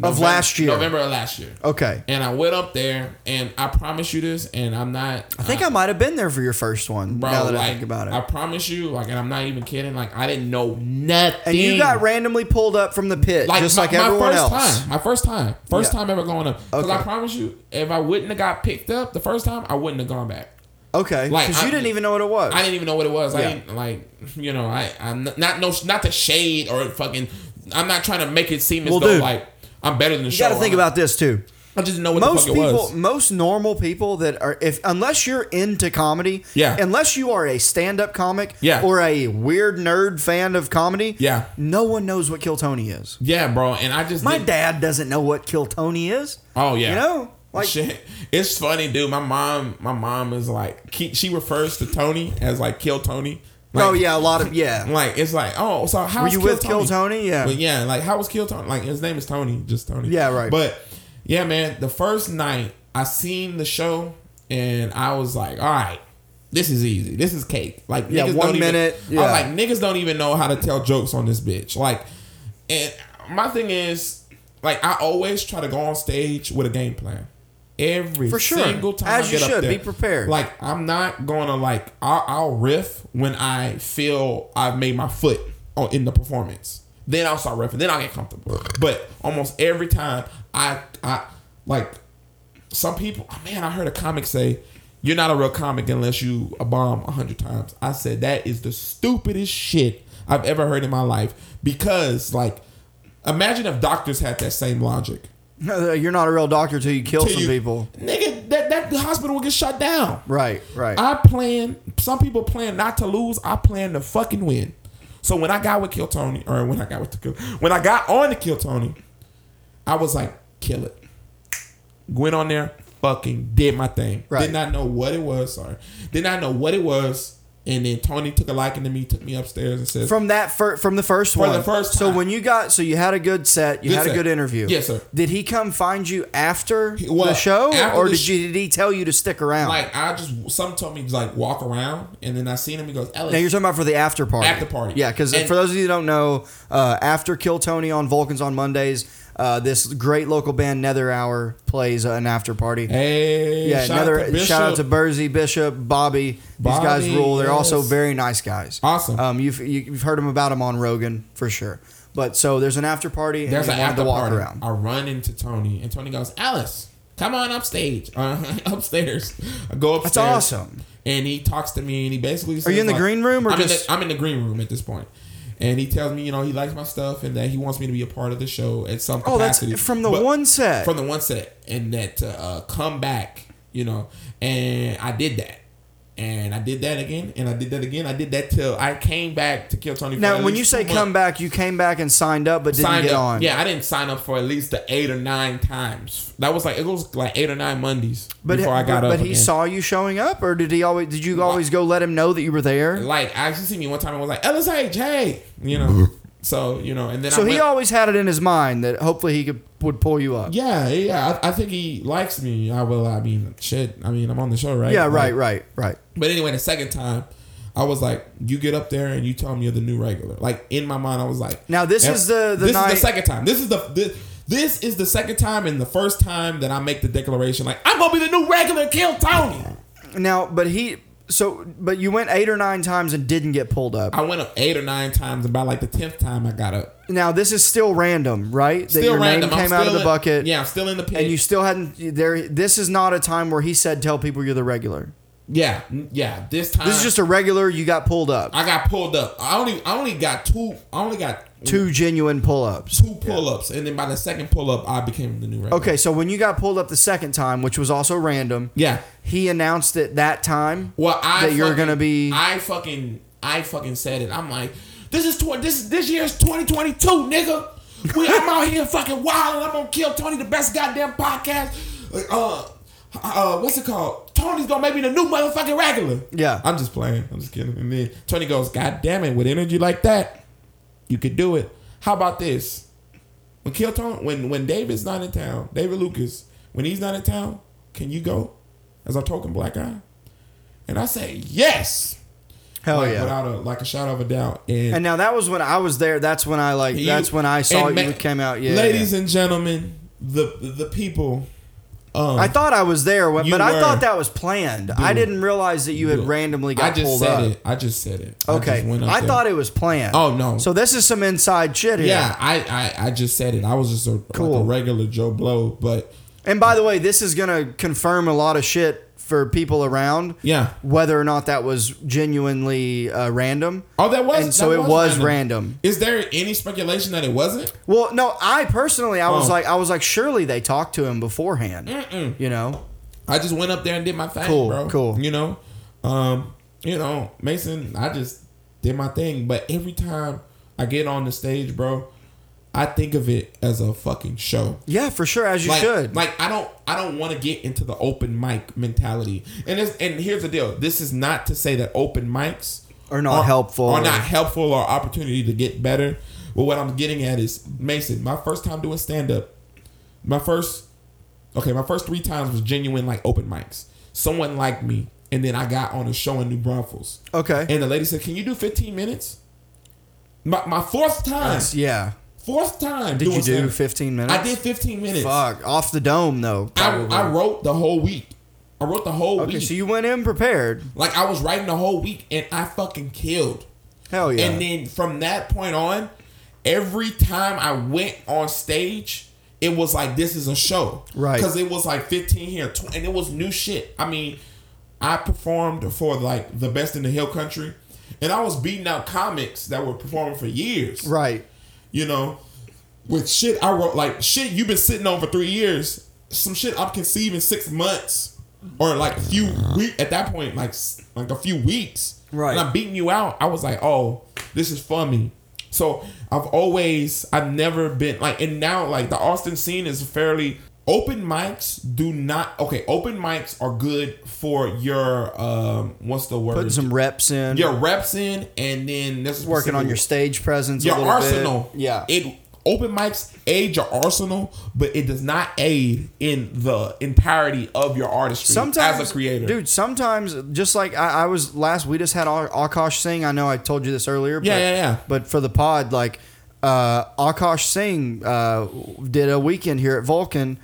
Of last year.
November of last year.
okay.
And I went up there and I promise you this, and I'm not
I think I might have been there for your first one. now that I
like,
think about it.
I promise you, like, and I'm not even kidding. Like, I didn't know nothing.
and you got randomly pulled up from the pit, just like everyone
first
else.
Time, my first time, first
Yeah.
time ever going up. Because
Okay.
I promise you, if I wouldn't have got picked up the first time, I wouldn't have gone back.
Okay,
Like,
because
I-
you didn't even know what it was.
I didn't even know what it was. I
Uh, Yeah.
didn't like, you know, I I'm not not no not the shade or fucking. I'm not trying to make it seem as
Well,
though
dude,
like I'm better than the
you
show.
got to think
I'm-
about this too.
I just didn't know what
most
the fuck
people,
it was.
most normal people that are, if unless you're into comedy,
Yeah.
unless you are a stand-up comic,
Yeah.
or a weird nerd fan of comedy,
Yeah.
no one knows what Kill Tony is.
Yeah, bro, and I just
My
didn't-
dad doesn't know what Kill Tony is.
Oh yeah,
you know, like
Shit. It's funny, dude. My mom, my mom is like, ke- she refers to Tony as like Kill Tony. Like,
oh yeah, a lot of yeah.
Like it's like, oh, so how
Were
was
you
Kill
with Kill Tony? Yeah.
But yeah, like how was Kill Tony? Like his name is Tony, just Tony.
Yeah, right.
But yeah, man, the first night I seen the show and I was like, all right, this is easy. This is cake. Like
Yeah,
niggas
one
don't even-
minute,
I
yeah.
was like, niggas don't even know how to tell jokes on this bitch. Like, and my thing is, like, I always try to go on stage with a game plan. Every
For sure.
single time,
As
I
you
get up
should.
there.
Be prepared.
Like, I'm not gonna like I'll, I'll riff when I feel I've made my foot on in the performance. Then I'll start riffing. Then I'll get comfortable. But almost every time, I I like some people. oh, man, I heard a comic say. You're not a real comic unless you a bomb a hundred times. I said that is the stupidest shit I've ever heard in my life because, like, imagine if doctors had that same logic.
You're not a real doctor till you kill
Till
some
you-
people.
Nigga, that, that hospital will get shut down.
Right, right.
I plan. Some people plan not to lose. I plan to fucking win. So when I got with Kill Tony, or when I got with the Kill, when I got on the Kill Tony, I was like, kill it. Went on there, fucking did my thing.
Right.
Did not know what it was. Sorry, did not know what it was. And then Tony took a liking to me, took me upstairs, and said,
From that fir- from the first
From
one.
the first
So
time.
when you got so you had a good set, you
Good
had a
set.
good interview.
Yes, sir.
Did he come find you after
well,
the show,
after
or
the
did
sh-
you did he tell you to stick around?
like I just some told me to like walk around, and then I seen him. He goes,
now you're
Ellis,
talking about for the after party.
After party.
Yeah, because
And-
for those of you who don't know, uh, after Kill Tony on Vulcans on Mondays, uh, this great local band Nether Hour plays an after party.
hey,
yeah,
shout
another
out to
shout out
Bishop.
to Bursey, Bishop, Bobby. These guys
Bobby,
rule. They're also
yes.
very nice guys.
Awesome.
Um, you've you- you've heard them about them on Rogan for sure. But so there's an after party and
There's
you
an
wanted
after
to walk
party.
around.
I run into Tony, and Tony goes, "Alice, come on upstage, uh, upstairs." I go upstairs.
That's awesome.
And he talks to me, and he basically says,
you in the
like-
green room or
I'm in,
just-
the, I'm in the green room at this point. And he tells me, you know, he likes my stuff and that he wants me to be a part of the show at some
Oh, that's
capacity.
from the
But-
one set.
From the one set, and that to uh, come back, you know, and I did that. And I did that again, and I did that again. I did that till I came back to kill Tony. for
now,
at
when
least
you say
two months
come back, you came back and signed up, but didn't
signed
get
up.
on.
Yeah, I didn't sign up for at least the eight or nine times. That was like it was like eight or nine Mondays
But,
before I got
but,
up.
but he
again.
saw you showing up, or did he always? Did you always go let him know that you were there?
like I actually seen me one time and was like LSH, hey, you know. so you know, and then
So
I
he
went-
always had it in his mind that hopefully he could would pull you up.
yeah yeah I, I think he likes me. I will. I mean shit. I mean I'm on the show right.
yeah, right,
Like,
right, right.
But anyway, the second time. I was like, you get up there and you tell me you're the new regular. Like in my mind, I was like,
Now, this
ev-
is the- the
this
night-
is the second time. This is the this, this is the second time and the first time that I make the declaration. Like I'm gonna be the new regular. Kill Tony.
Now, but he so but you went eight or nine times and didn't get pulled up.
I went up eight or nine times, and by like the tenth time, I got up.
Now this is still random, right?
Still
that your
random.
name
I'm
came out of
still
the
in-
bucket.
yeah, I'm still in the pit.
And you still hadn't there this is not a time where he said tell people you're the regular.
yeah, n- yeah. This time,
This is just a regular you got pulled up.
I got pulled up. I only, I only got two. I only got
Two genuine pull ups.
two pull ups, and then by the second pull up, I became the new regular.
Okay, so when you got pulled up the second time, which was also random,
Yeah.
he announced it that time.
Well, I
That you're
fucking-
gonna be-
I fucking, I fucking said it. I'm like, this is tw- this this year's 2022, nigga. We, I'm out here fucking wild, and I'm gonna kill Tony, the best goddamn podcast. Like, Uh, uh, what's it called? Tony's gonna make me the new motherfucking regular.
Yeah.
I'm just playing. I'm just kidding. And then Tony goes, God damn it, with energy like that, you could do it. How about this? When Kill Tony, when when David's not in town, David Lucas, when he's not in town, can you go? As I'm talking black eye, and I say yes,
Hell
like,
yeah.
without a like a shadow of a doubt. And,
and now that was when I was there. That's when I like.
you-
that's when I saw
and
you
ma-
came out. Yeah,
ladies
yeah.
and gentlemen, the the people. Um,
I thought I was there, when,
You
but I
were.
thought that was planned. I didn't realize that you had
Dude,
randomly
I
got
just
pulled
said
up.
it. I just said it. I,
Okay,
just went up
I,
there.
thought it was planned.
Oh, no.
So this is some inside shit here.
Yeah, I, I I just said it. I was just a, like
Cool.
a regular Joe Blow, but
And by the way, this is gonna confirm a lot of shit for people around.
Yeah.
Whether or not that was genuinely uh, random.
oh, that was
And so
that
it was random.
Is there any speculation that it wasn't?
Well, no, I personally, I was
Oh.
like, I was like, surely they talked to him beforehand. You know.
I just went up there and did my thing,
Cool,
bro.
cool.
You know, um, you know, Mason. I just did my thing, but every time I get on the stage, bro, I think of it as a fucking show.
Yeah, for sure, as you
like,
should.
Like I don't I don't want to get into the open mic mentality. And it's, and here's the deal. This is not to say that open mics
Are not helpful.
Are not helpful or opportunity to get better. But what I'm getting at is Mason, my first time doing stand up, my first okay, my first three times was genuine like open mics. Someone liked me and then I got on a show in New Braunfels.
okay.
And the lady said, "Can you do 15 minutes?" My, my fourth time.
yeah.
Fourth time.
Did you do
stand-up.
15 minutes?
I did 15 minutes.
Fuck, off the dome though.
I,
probably.
I wrote the whole week. I wrote the whole
okay,
week.
so you went in prepared.
like I was writing the whole week and I fucking killed.
Hell yeah.
And then from that point on, every time I went on stage, it was like this is a show.
Right.
Cuz it was like 15 here tw- and it was new shit. I mean, I performed for like the best in the hill country and I was beating out comics that were performing for years
right.
you know, with shit I wrote, like shit you've been sitting on for three years, some shit I'm conceiving six months or like a few week at that point, like s- like a few weeks,
Right.
And I'm beating you out. I was like, oh, this is for me. So I've always, I've never been like, and now like the Austin scene is fairly open mics. Do not okay. Open mics are good for your um, what's the word?
Putting some reps in.
your reps in, and then this is
working on your stage presence. a
your
little bit.
arsenal.
Yeah.
It open mics aid your arsenal, but it does not aid in the entirety of your artistry
sometimes
as a creator.
dude. Sometimes, just like I, I was last, we just had Ak- Akash Singh. I know I told you this earlier.
Yeah,
but,
yeah, yeah.
But for the pod, like uh, Akash Singh uh, did a weekend here at Vulcan,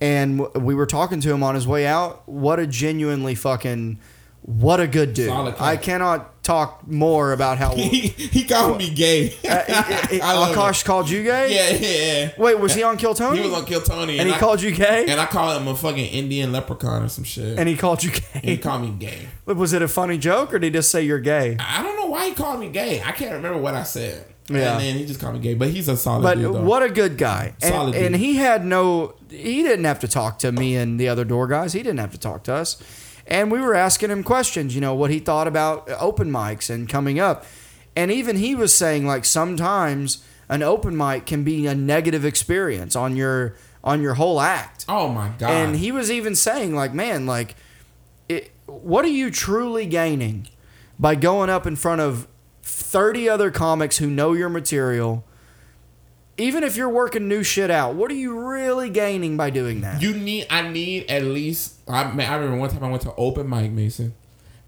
and w- we were talking to him on his way out. What a genuinely fucking, what a good dude.
Solid cat.
I cannot talk more about how.
he, he called me
Uh,
gay.
it- it-
I love
Akash called you gay.
it. Yeah, yeah, yeah.
Wait, was he on Kill Tony?
He was on Kill Tony,
and he
I-
called you gay.
and I called him a fucking Indian leprechaun or some shit. And
and he called you
he
gay.
called me gay.
Was it a funny joke, or did he just say you're gay?
I don't know why he called me gay. I can't remember what I said.
Yeah.
And then he just called me gay, but he's a solid
But
dude. Though.
what a good guy. And,
Solid dude.
and he had no, he didn't have to talk to me and the other door guys. He didn't have to talk to us. And we were asking him questions, you know, what he thought about open mics and coming up. And even he was saying, like, sometimes an open mic can be a negative experience on your on your whole act.
Oh my god!
And he was even saying, like, man, like, it, what are you truly gaining by going up in front of 30 other comics who know your material? Even if you're working new shit out, what are you really gaining by doing that?
You need. I need at least. I man, I remember one time I went to open mic Mason,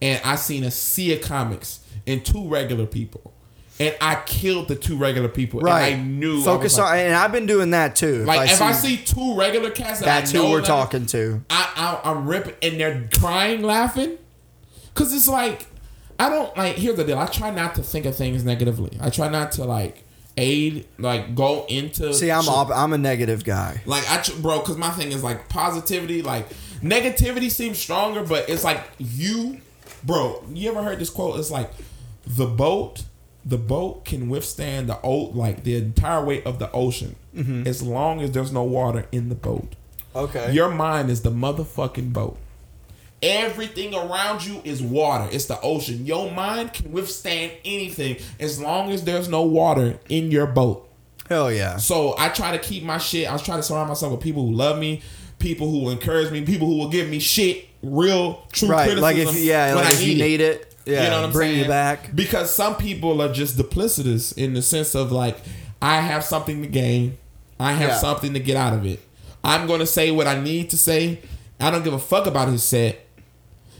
and I seen a sea of comics and two regular people, and I killed the two regular people.
right.
And I knew. I
Focus
was like,
on, and I've been doing that too.
Like if I see two regular cats, that
that's
I know
who we're
that-
talking to.
I, I I'm ripping and they're crying, laughing, cause it's like I don't like. Here's the deal: I try not to think of things negatively. I try not to like aid, like go into.
See, I'm
shit.
op- I'm a negative guy.
Like I, tr- bro, because my thing is like positivity. Like negativity seems stronger, but it's like you, bro. You ever heard this quote? It's like the boat, the boat can withstand the o like the entire weight of the ocean, as long as there's no water in the boat.
Okay.
Your mind is the motherfucking boat. Everything around you is water. It's the ocean. Your mind can withstand anything as long as there's no water in your boat.
Hell yeah.
So I try to keep my shit. I try to surround myself with people who love me, people who encourage me, people who will give me shit, real, true
Right.
criticism.
Like if yeah,
when
like
I
if you need it, yeah,
you know what I'm
bring
saying?
you back.
Because some people are just duplicitous in the sense of like, I have something to gain, I have
Yeah.
something to get out of it. I'm gonna say what I need to say. I don't give a fuck about his set.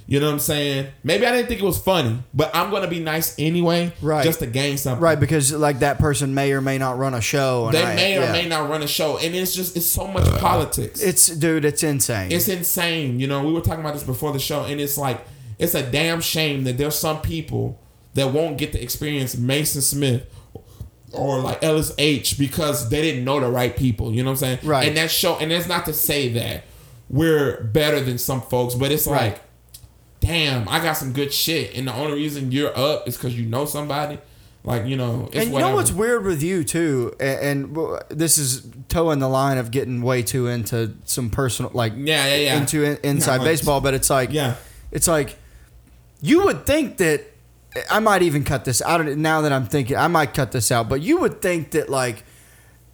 You know what I'm saying? Maybe I didn't think it was funny, but I'm gonna be nice anyway,
Right.
Just to gain something,
Right, because like that person may or may not run a show. And
They
I-
may or
yeah.
may not run a show, and it's just it's so much politics.
It's dude, it's insane.
it's insane. You know, we were talking about this before the show, and it's like it's a damn shame that there's some people that won't get to experience Mason Smith or like Ellis H because they didn't know the right people. You know what I'm saying?
Right.
And that show, and it's not to say that we're better than some folks, but it's
Right.
like, damn, I got some good shit, and the only reason you're up is because you know somebody. Like you know, it's
and you know
whatever.
what's weird with you too, and, and w- this is toeing the line of getting way too into some personal, like
Yeah, yeah, yeah.
into in, inside
Yeah,
baseball. But it's like,
Yeah.
it's like you would think that I might even cut this. I don't now that I'm thinking, I might cut this out. But you would think that like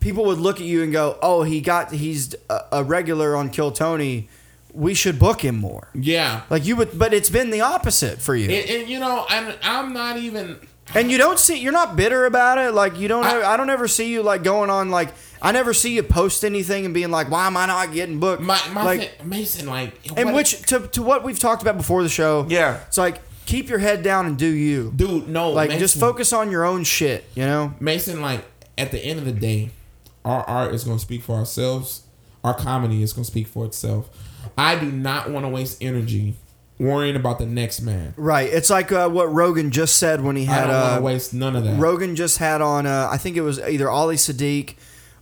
people would look at you and go, "Oh, he got he's a, a regular on Kill Tony. We should book him more."
yeah.
Like you would, but it's been the opposite for you.
And, and you know, and I'm not even.
And you don't see you're not bitter about it. Like you don't
I-
I, don't ever see you like going on like I never see you post anything and being like, Why am I not getting booked?
My my
like
thing- Mason like
and
what-
which to to what we've talked about before the show.
Yeah.
It's like keep your head down and do you.
dude no
like
Mason,
just focus on your own shit, you know?
Mason like at the end of the day, our art is gonna speak for ourselves. Our comedy is gonna speak for itself. I do not want to waste energy worrying about the next man.
Right. It's like uh, what Rogan just said when he
I
had
don't want
uh,
to waste none of that.
Rogan just had on, uh, I think it was either Ollie Sadiq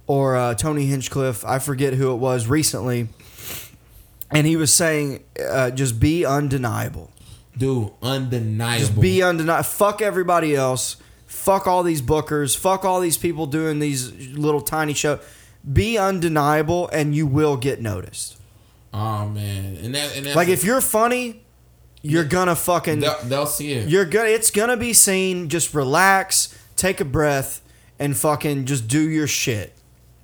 or uh, Tony Hinchcliffe. I forget who it was recently. And he was saying, uh, just be undeniable.
dude, undeniable.
Be undeniable. Fuck everybody else. Fuck all these bookers. Fuck all these people doing these little tiny show. Be undeniable and you will get noticed.
oh man, and that and that's
Like if you're funny, you're gonna fucking
they'll, they'll see it.
you're gonna it's gonna be seen. Just relax, take a breath, and fucking just do your shit.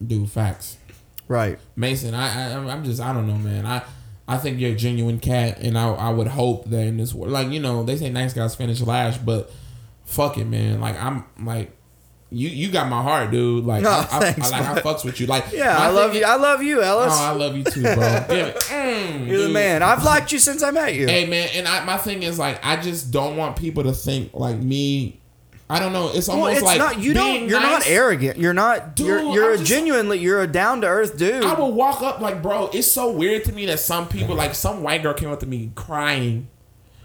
Dude, facts.
Right.
Mason, I, I I'm just I don't know, man. I I think you're a genuine cat, and I I would hope that in this world, like you know, they say nice guys finish last, but fuck it, man. Like I'm like. You, you got my heart, dude. Like
No,
I, I,
thanks,
I, like I fucks with you. Like
Yeah,
my
I love
thing
you.
is-
I love you, Ellis.
oh, I love you too, bro. Yeah, mm,
You're the
dude.
man. I've liked you since I met you.
Hey man, and I, my thing is like I just don't want people to think like me. I don't know. It's almost
well, it's
like
not you don't
being
you're
nice-
not arrogant. You're not
Dude,
you're you're
I'm
a
just-
genuinely you're a down to earth dude.
I will walk up like, bro. It's so weird to me that some people, like some white girl, came up to me crying,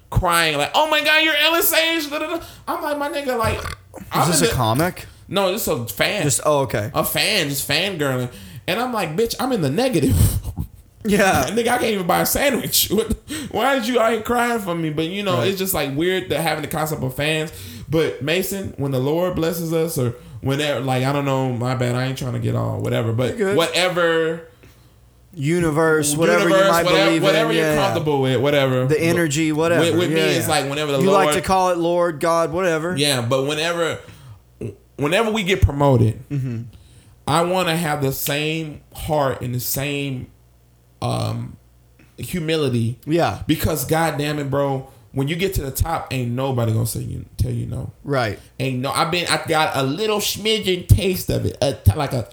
crying, like, "Oh my god, you're Ellis Age." da, da, da." I'm like, my nigga, like, I'm
Is
in
this a
the-
comic?
No, this is a fan,
Just oh okay.
a fan, just fangirling, and I'm like, bitch, I'm in the negative.
Yeah.
nigga, I can't even buy a sandwich. What, why is you out here crying for me? But you know, it's just like weird that having the concept of fans. But Mason, when the Lord blesses us, or whenever, like I don't know, my bad, I ain't trying to get on whatever, but
good.
whatever,
Universe, whatever you
universe,
might
whatever,
believe
whatever
in.
you're
yeah, yeah.
comfortable with, whatever
The energy, whatever.
With, with me,
yeah,
it's
yeah.
like whenever the
you
Lord,
like to call it Lord, God, whatever.
yeah, but whenever, whenever we get promoted,
Mm-hmm.
I want to have the same heart and the same um humility
Yeah.
because god damn it bro when you get to the top ain't nobody gonna say you tell you no
Right.
ain't no i've been i got a little smidgen taste of it a t- like a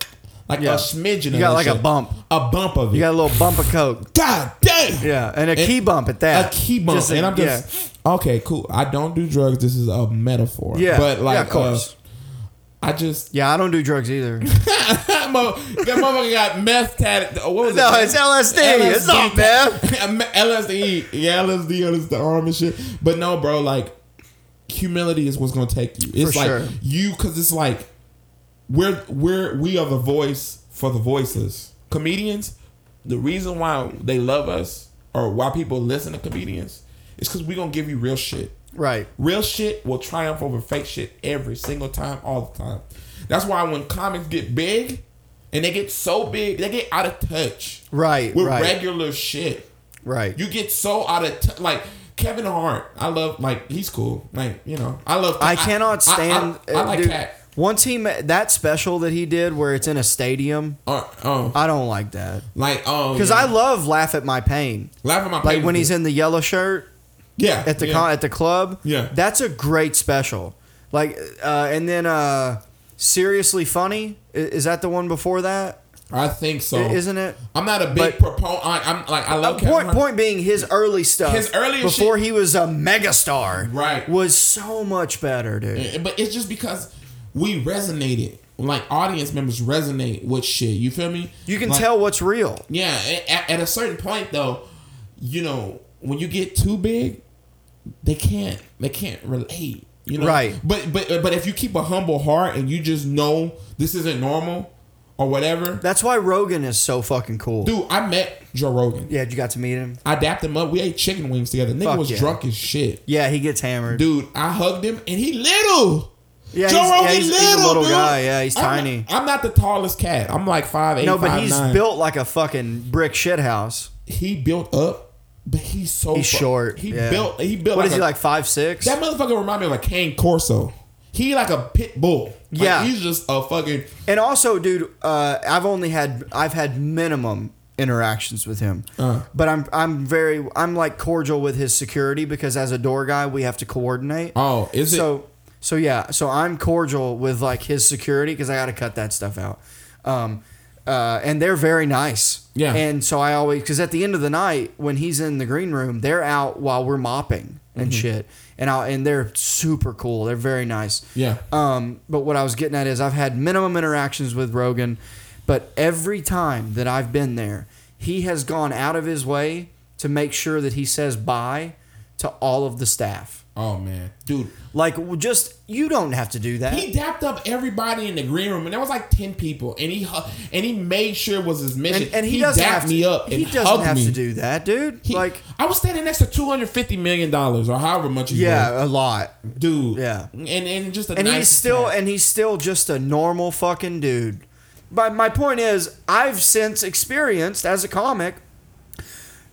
like
Yeah.
a smidgen
You
of
got
that
like a
shit.
bump.
a bump of it
You got a little bump of coke.
god damn
Yeah, and a
And-
key bump at that.
a key bump
Just a-
and i'm just okay cool i don't do drugs this is a metaphor
yeah. yeah.
but like
yeah, of course.
uh, i just
yeah, I don't do drugs either.
that motherfucker got meth tatted Oh, what was
no,
it
it's LSD. It's not bad.
LSD, yeah, LSD on the arm and shit. But no, bro, like humility is what's gonna take you. It's
For
like
sure.
you, because it's like we're we're we are the voice for the voiceless. Comedians, the reason why they love us or why people listen to comedians is because we gonna give you real shit.
Right.
Real shit will triumph over fake shit every single time, all the time. That's why when comics get big and they get so big, they get out of touch.
Right,
With
right.
regular shit.
Right.
You get so out of touch. Like, Kevin Hart, I love, like, he's cool. Like, you know, I love.
I cannot stand.
I, I, I
uh,
like
dude,
Cat.
Once he ma- that special that he did where it's in a stadium,
Or, um,
I don't like that
like, um.
because I love laugh at my pain.
Laugh at my
Like
Pain
when
is
he's
good.
in the yellow shirt
Yeah.
at the
yeah.
con- at the club.
Yeah.
that's a great special. Like uh, and then uh, seriously funny I- is that the one before that?
I think so.
I- Isn't it?
I'm not a big
But-
proponent. Oh. I'm like, I love Kevin
point
Hart.
point being his early stuff
His earlier
before
shit-
he was a megastar
Right.
was so much better dude
And- Eh, but it's just because we resonated like audience members resonate with shit you feel me
you can
Like,
tell what's real
yeah a- at, at a certain point though you know when you get too big they can't they can't relate you know
Right.
but but but if you keep a humble heart and you just know this isn't normal or whatever
that's why Rogan is so fucking cool
dude i met joe rogan
yeah you got to meet him
i dapped him up we ate chicken wings together nigga
Fuck
was
yeah.
drunk as shit
yeah he gets hammered
dude i hugged him and he little
yeah,
Joe
he's,
Rogan
yeah, he's,
little,
he's a little
dude.
guy yeah he's
I'm
tiny
Not, I'm not the tallest cat. I'm like five eight.
no but he's
5'9".
built like a fucking brick shit house
He built up, Oh, but he's so
He's
fu-
short,
He
yeah.
built. He built.
What is
a-
he like five six
That motherfucker remind me of a Kane Corso. He like a pit bull. Like,
Yeah.
he's just a fucking.
and also dude uh, I've only had I've had minimum interactions with him
Uh.
but I'm I'm very I'm like cordial with his security because as a door guy we have to coordinate
Oh, is it?
so so yeah so i'm cordial with like his security because i gotta cut that stuff out um uh, and they're very nice
Yeah.
and so i always because at the end of the night when he's in the green room they're out while we're mopping and
Mm-hmm.
shit and i and they're super cool they're very nice
Yeah.
um but what i was getting at is i've had minimum interactions with rogan but every time that i've been there he has gone out of his way to make sure that he says bye to all of the staff
oh man, dude,
like, w- just you don't have to do that.
he dapped up everybody in the green room, and there was like ten people, and he hu- and he made sure it was his mission.
and, and he, doesn't
dapped
have to,
me up. And
he doesn't
hugged
have
me.
to do that, dude.
He-
like,
I was standing next to two hundred fifty million dollars or however much. He was.
yeah, a lot.
dude.
Yeah.
and and just a
And he's
nice
still,
guy.
and he's still just a normal fucking dude. But my point is, I've since experienced as a comic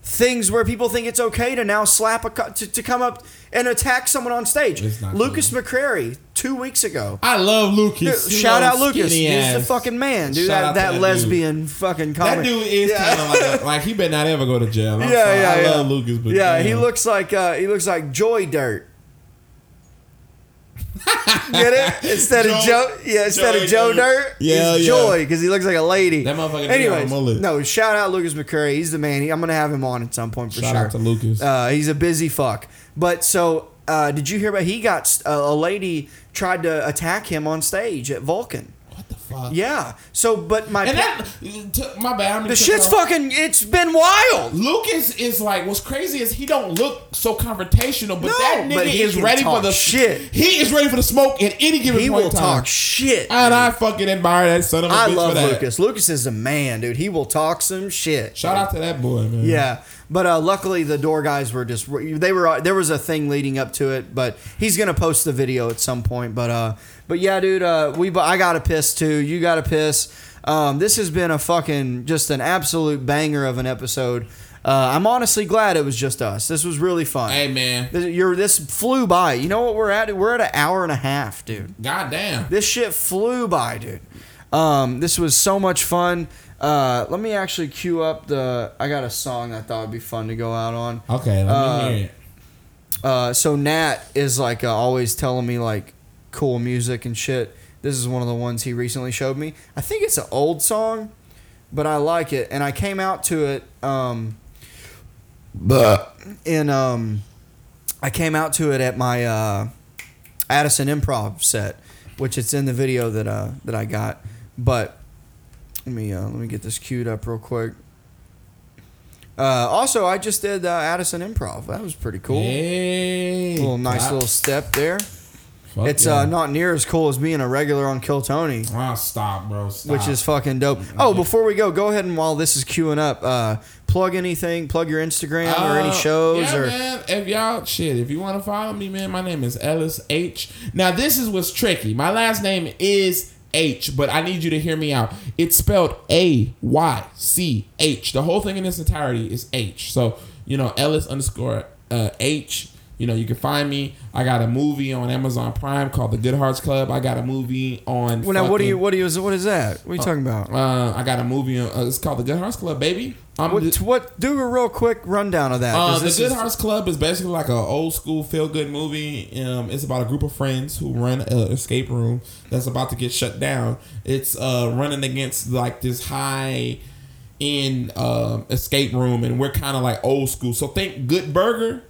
things where people think it's okay to now slap a co- to, to come up and attack someone on stage.
It's not
Lucas McCrary, two weeks ago.
I love Lucas. His
Shout out
little
Lucas.
skinny
He's the
ass.
fucking man, dude.
Shout
That,
out to
that,
that dude.
lesbian fucking comic.
That dude is
Yeah.
kind of like, a- like he better not ever go to jail. I'm
yeah,
sorry.
yeah,
I
yeah.
love Lucas, but
yeah, he
damn.
looks like uh, he looks like Joy Dirt. Get it? Instead of
Joe-
Joe, yeah, instead
Joy
of Joe
Dirt.
Dirt,
Yeah,
it's
yeah.
Joy because he looks like a lady.
That motherfucker did have a
Anyways,
mullet.
no, shout out Lucas McCurry. He's the man. He- I'm gonna have him on at some point for
Shout
sure.
out to Lucas.
Uh, he's a busy fuck. But so, uh, did you hear about? He got uh, a lady tried to attack him on stage at Vulcan.
What the fuck?
Yeah. So, but my
And that, to- my bad. I'm
the shit's fucking. It's been wild.
Lucas is like what's crazy is he don't look so confrontational, but
No,
that nigga
but he
is
can
ready for
talk
the
shit.
He is ready for the smoke at any given
He
point
will
in time.
talk shit.
and I fucking admire that son of a
I
bitch
love
for that.
Lucas. Lucas is a man, dude. He will talk some shit.
Shout out to that boy, man.
Yeah, but uh, luckily the door guys were just they were uh, there was a thing leading up to it, but he's gonna post the video at some point. But uh, but yeah, dude, uh, we I got to piss too. You got to piss. Um, this has been a fucking just an absolute banger of an episode. Uh, I'm honestly glad it was just us. This was really fun.
Hey man,
This, you're, this flew by. You know what we're at? We're at an hour and a half, dude.
goddamn.
This shit flew by, dude. Um, this was so much fun. Uh, let me actually cue up the. I got a song I thought would be fun to go out on.
Okay, let me
Uh,
hear it.
Uh, so Nat is like uh, always telling me like cool music and shit. This is one of the ones he recently showed me. I think it's an old song, but I like it, and I came out to it. Um, but in um, I came out to it at my uh, Addison Improv set, which it's in the video that uh that I got. But let me uh, let me get this queued up real quick. Uh, also, I just did uh, Addison Improv. That was pretty cool.
Hey,
Little nice
Pop.
little step there.
Fuck
It's
yeah.
uh, not near as cool as being a regular on Kill Tony,
Ah, stop, bro. Stop.
which is fucking dope. Oh, before we go, go ahead and while this is queuing up, uh, plug anything, plug your Instagram or any
Uh,
shows
yeah,
or
man. If y'all shit, if you want to follow me, man, my name is Ellis H. Now this is what's tricky. My last name is H, but I need you to hear me out. It's spelled A Y C H. The whole thing in its entirety is H. So you know Ellis underscore uh, H. You know you can find me. I got a movie on Amazon Prime called The Good Hearts Club. I got a movie on.
well, now what do you
fucking-
what do you what is that? What are you talking about?
Uh, I got a movie. On, uh, it's called The Good Hearts Club, baby. I'm
What, what do a real quick rundown of that?
Uh,
'cause
the
this
Good
is-
Hearts Club is basically like an old school feel good movie. Um, it's about a group of friends who run an escape room that's about to get shut down. It's uh, running against like this high end um, escape room, and we're kind of like old school. So think Good Burger.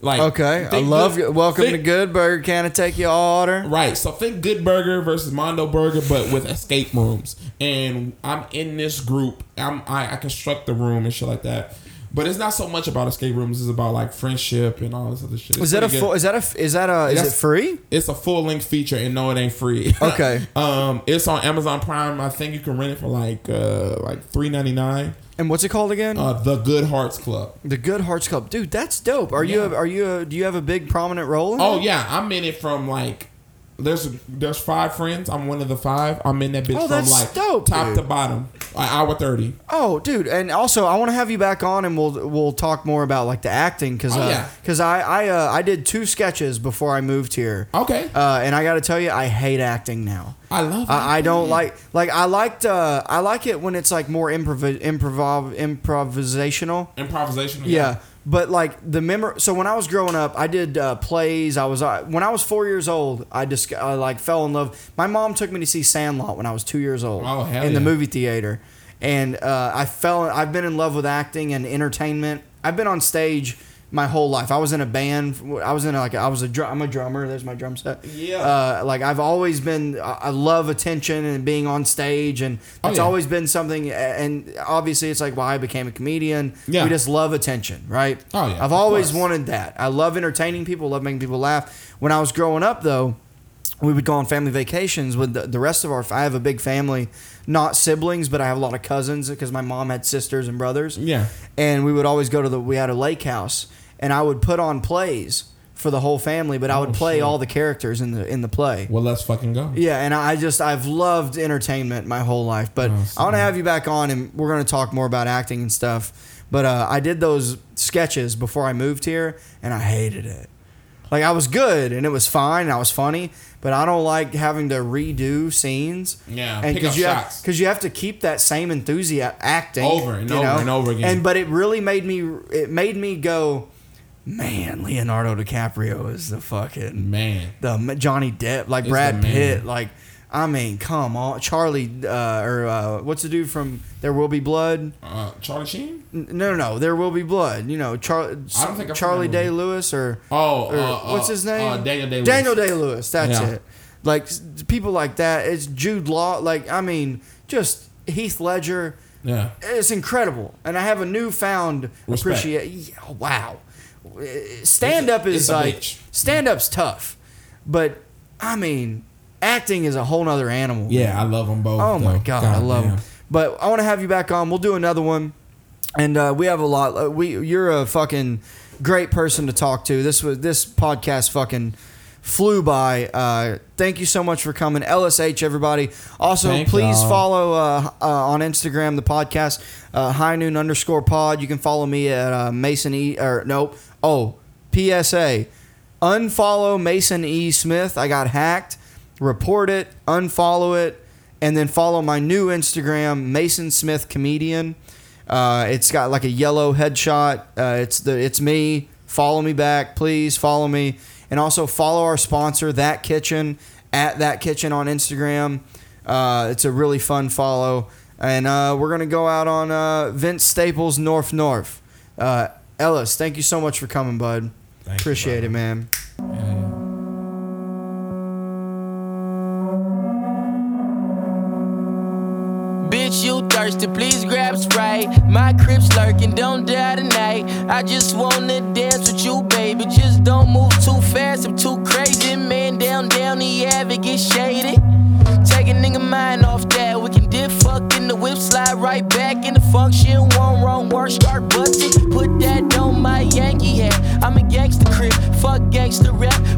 Like
okay, I
think
love you. Welcome to
think-
Good Burger. Can I take your order?
Right. So think Good Burger versus Mondo Burger, but with escape rooms. And I'm in this group. I'm I, I construct the room and shit like that. But it's not so much about escape rooms. It's about like friendship and all this other shit. It's
Is that a
pretty
full,
good.
is that a is that a is it
That's-
free?
It's a full length feature, and no, it ain't free.
Okay.
um, it's on Amazon Prime. I think you can rent it for like uh like three ninety nine.
And what's it called again?
Uh, the Good Hearts Club.
the Good Hearts Club, dude. That's dope. Are you
Yeah.
a, are you a, do you have a big prominent role? In it?
Oh yeah, I'm in it from like there's there's five friends. I'm one of the five. I'm in that bitch
Oh,
from
that's
like
dope,
top
dude.
to bottom. Like, hour thirty.
Oh, dude, and also I want to have you back on, and we'll we'll talk more about like the acting because
Oh, yeah.
because I I uh, I did two sketches before I moved here.
Okay.
Uh, and I got to tell you, I hate acting now.
I love
I, I don't like like I liked uh, I like it when it's like more improv improv improvisational.
improvisational.
Yeah, but like the memor. So when I was growing up, I did uh, plays. I was uh, when I was four years old. I just I like fell in love. My mom took me to see Sandlot when I was two years old.
Oh, hell
In the
yeah.
movie theater, and uh, I fell. I've been in love with acting and entertainment. I've been on stage my whole life. I was in a band. I was in like I was a drum. I'm a drummer. There's my drum set.
Yeah.
Uh, like I've always been. I I love attention and being on stage, and
Oh,
it's
yeah.
always been something. And obviously, it's like why I became a comedian.
Yeah.
We just love attention, right?
Oh, yeah,
I've
of
always
course.
wanted that. I love entertaining people, love making people laugh. When I was growing up, though, we would go on family vacations with the, the rest of our. I have a big family, not siblings, but I have a lot of cousins because my mom had sisters and brothers.
Yeah.
and we would always go to the. We had a lake house, and I would put on plays for the whole family, but I would
Oh,
play all the characters in the in the play.
Well, let's fucking go.
Yeah, and I just I've loved entertainment my whole life, but
Oh,
I want to have you back on, and we're gonna talk more about acting and stuff. But uh, I did those sketches before I moved here, and I hated it. Like I was good, and it was fine, and I was funny, but I don't like having to redo scenes.
Yeah,
and
pick
because
up
you
shots.
because you have to keep that same enthusiasm acting
Over and
you
over and over again.
And but it really made me it made me go, man, Leonardo DiCaprio is the fucking
Man.
the m- Johnny Depp, like
It's
Brad
the man.
Pitt, like I mean, come on, Charlie, uh, or uh, what's the dude from There Will Be Blood?
Uh, Charlie Sheen?
N- No, no, no, There Will Be Blood. You know, Char-
I don't think I've
Charlie
seen that
Day
movie.
Lewis or
Oh,
or
uh, uh,
Er, what's his name?
uh, Daniel Day-Lewis.
Daniel Day Lewis. That's
Yeah.
it. Like s- people like that. It's Jude Law. Like I mean, just Heath Ledger.
Yeah.
It's incredible, and I have a newfound
Respect.
appreciation. Wow, stand up
It's a-
is
it's a
like
bitch.
stand up's tough, but I mean, acting is a whole nother animal.
Yeah, I love them both.
Oh my
though.
god, I love
damn.
him. But I want to have you back on. We'll do another one, and uh, we have a lot. Uh, we you're a fucking great person to talk to. This was this podcast fucking flew by. Uh, thank you so much for coming, LSH everybody. Also,
Thank
please
y'all.
follow uh, uh, on Instagram the podcast uh, High Noon underscore Pod. You can follow me at uh, Mason E or nope. Oh, PSA. Unfollow Mason E. Smith. I got hacked. Report it. Unfollow it and then follow my new Instagram, Mason Smith Comedian. Uh, it's got like a yellow headshot. Uh, it's the it's me. Follow me back, please. Follow me, and also follow our sponsor, That Kitchen, at That Kitchen on Instagram. Uh, it's a really fun follow, and uh, we're gonna go out on uh, Vince Staples North North. Uh, Ellis, thank you so much for coming, bud.
Thank you,
Appreciate
brother.
it, man.
Bitch, you thirsty, please grab Sprite. My crib's lurking, don't die tonight. I just wanna dance with you, baby. Just don't move too fast, I'm too crazy. Man, down, down, the avenue get shaded. Take a nigga mind off that. We can dip, fuck in the whip, slide right back in the function. One wrong word, start busting. Put that on my Yankee hat. I'm a gangster crib, fuck gangster rap.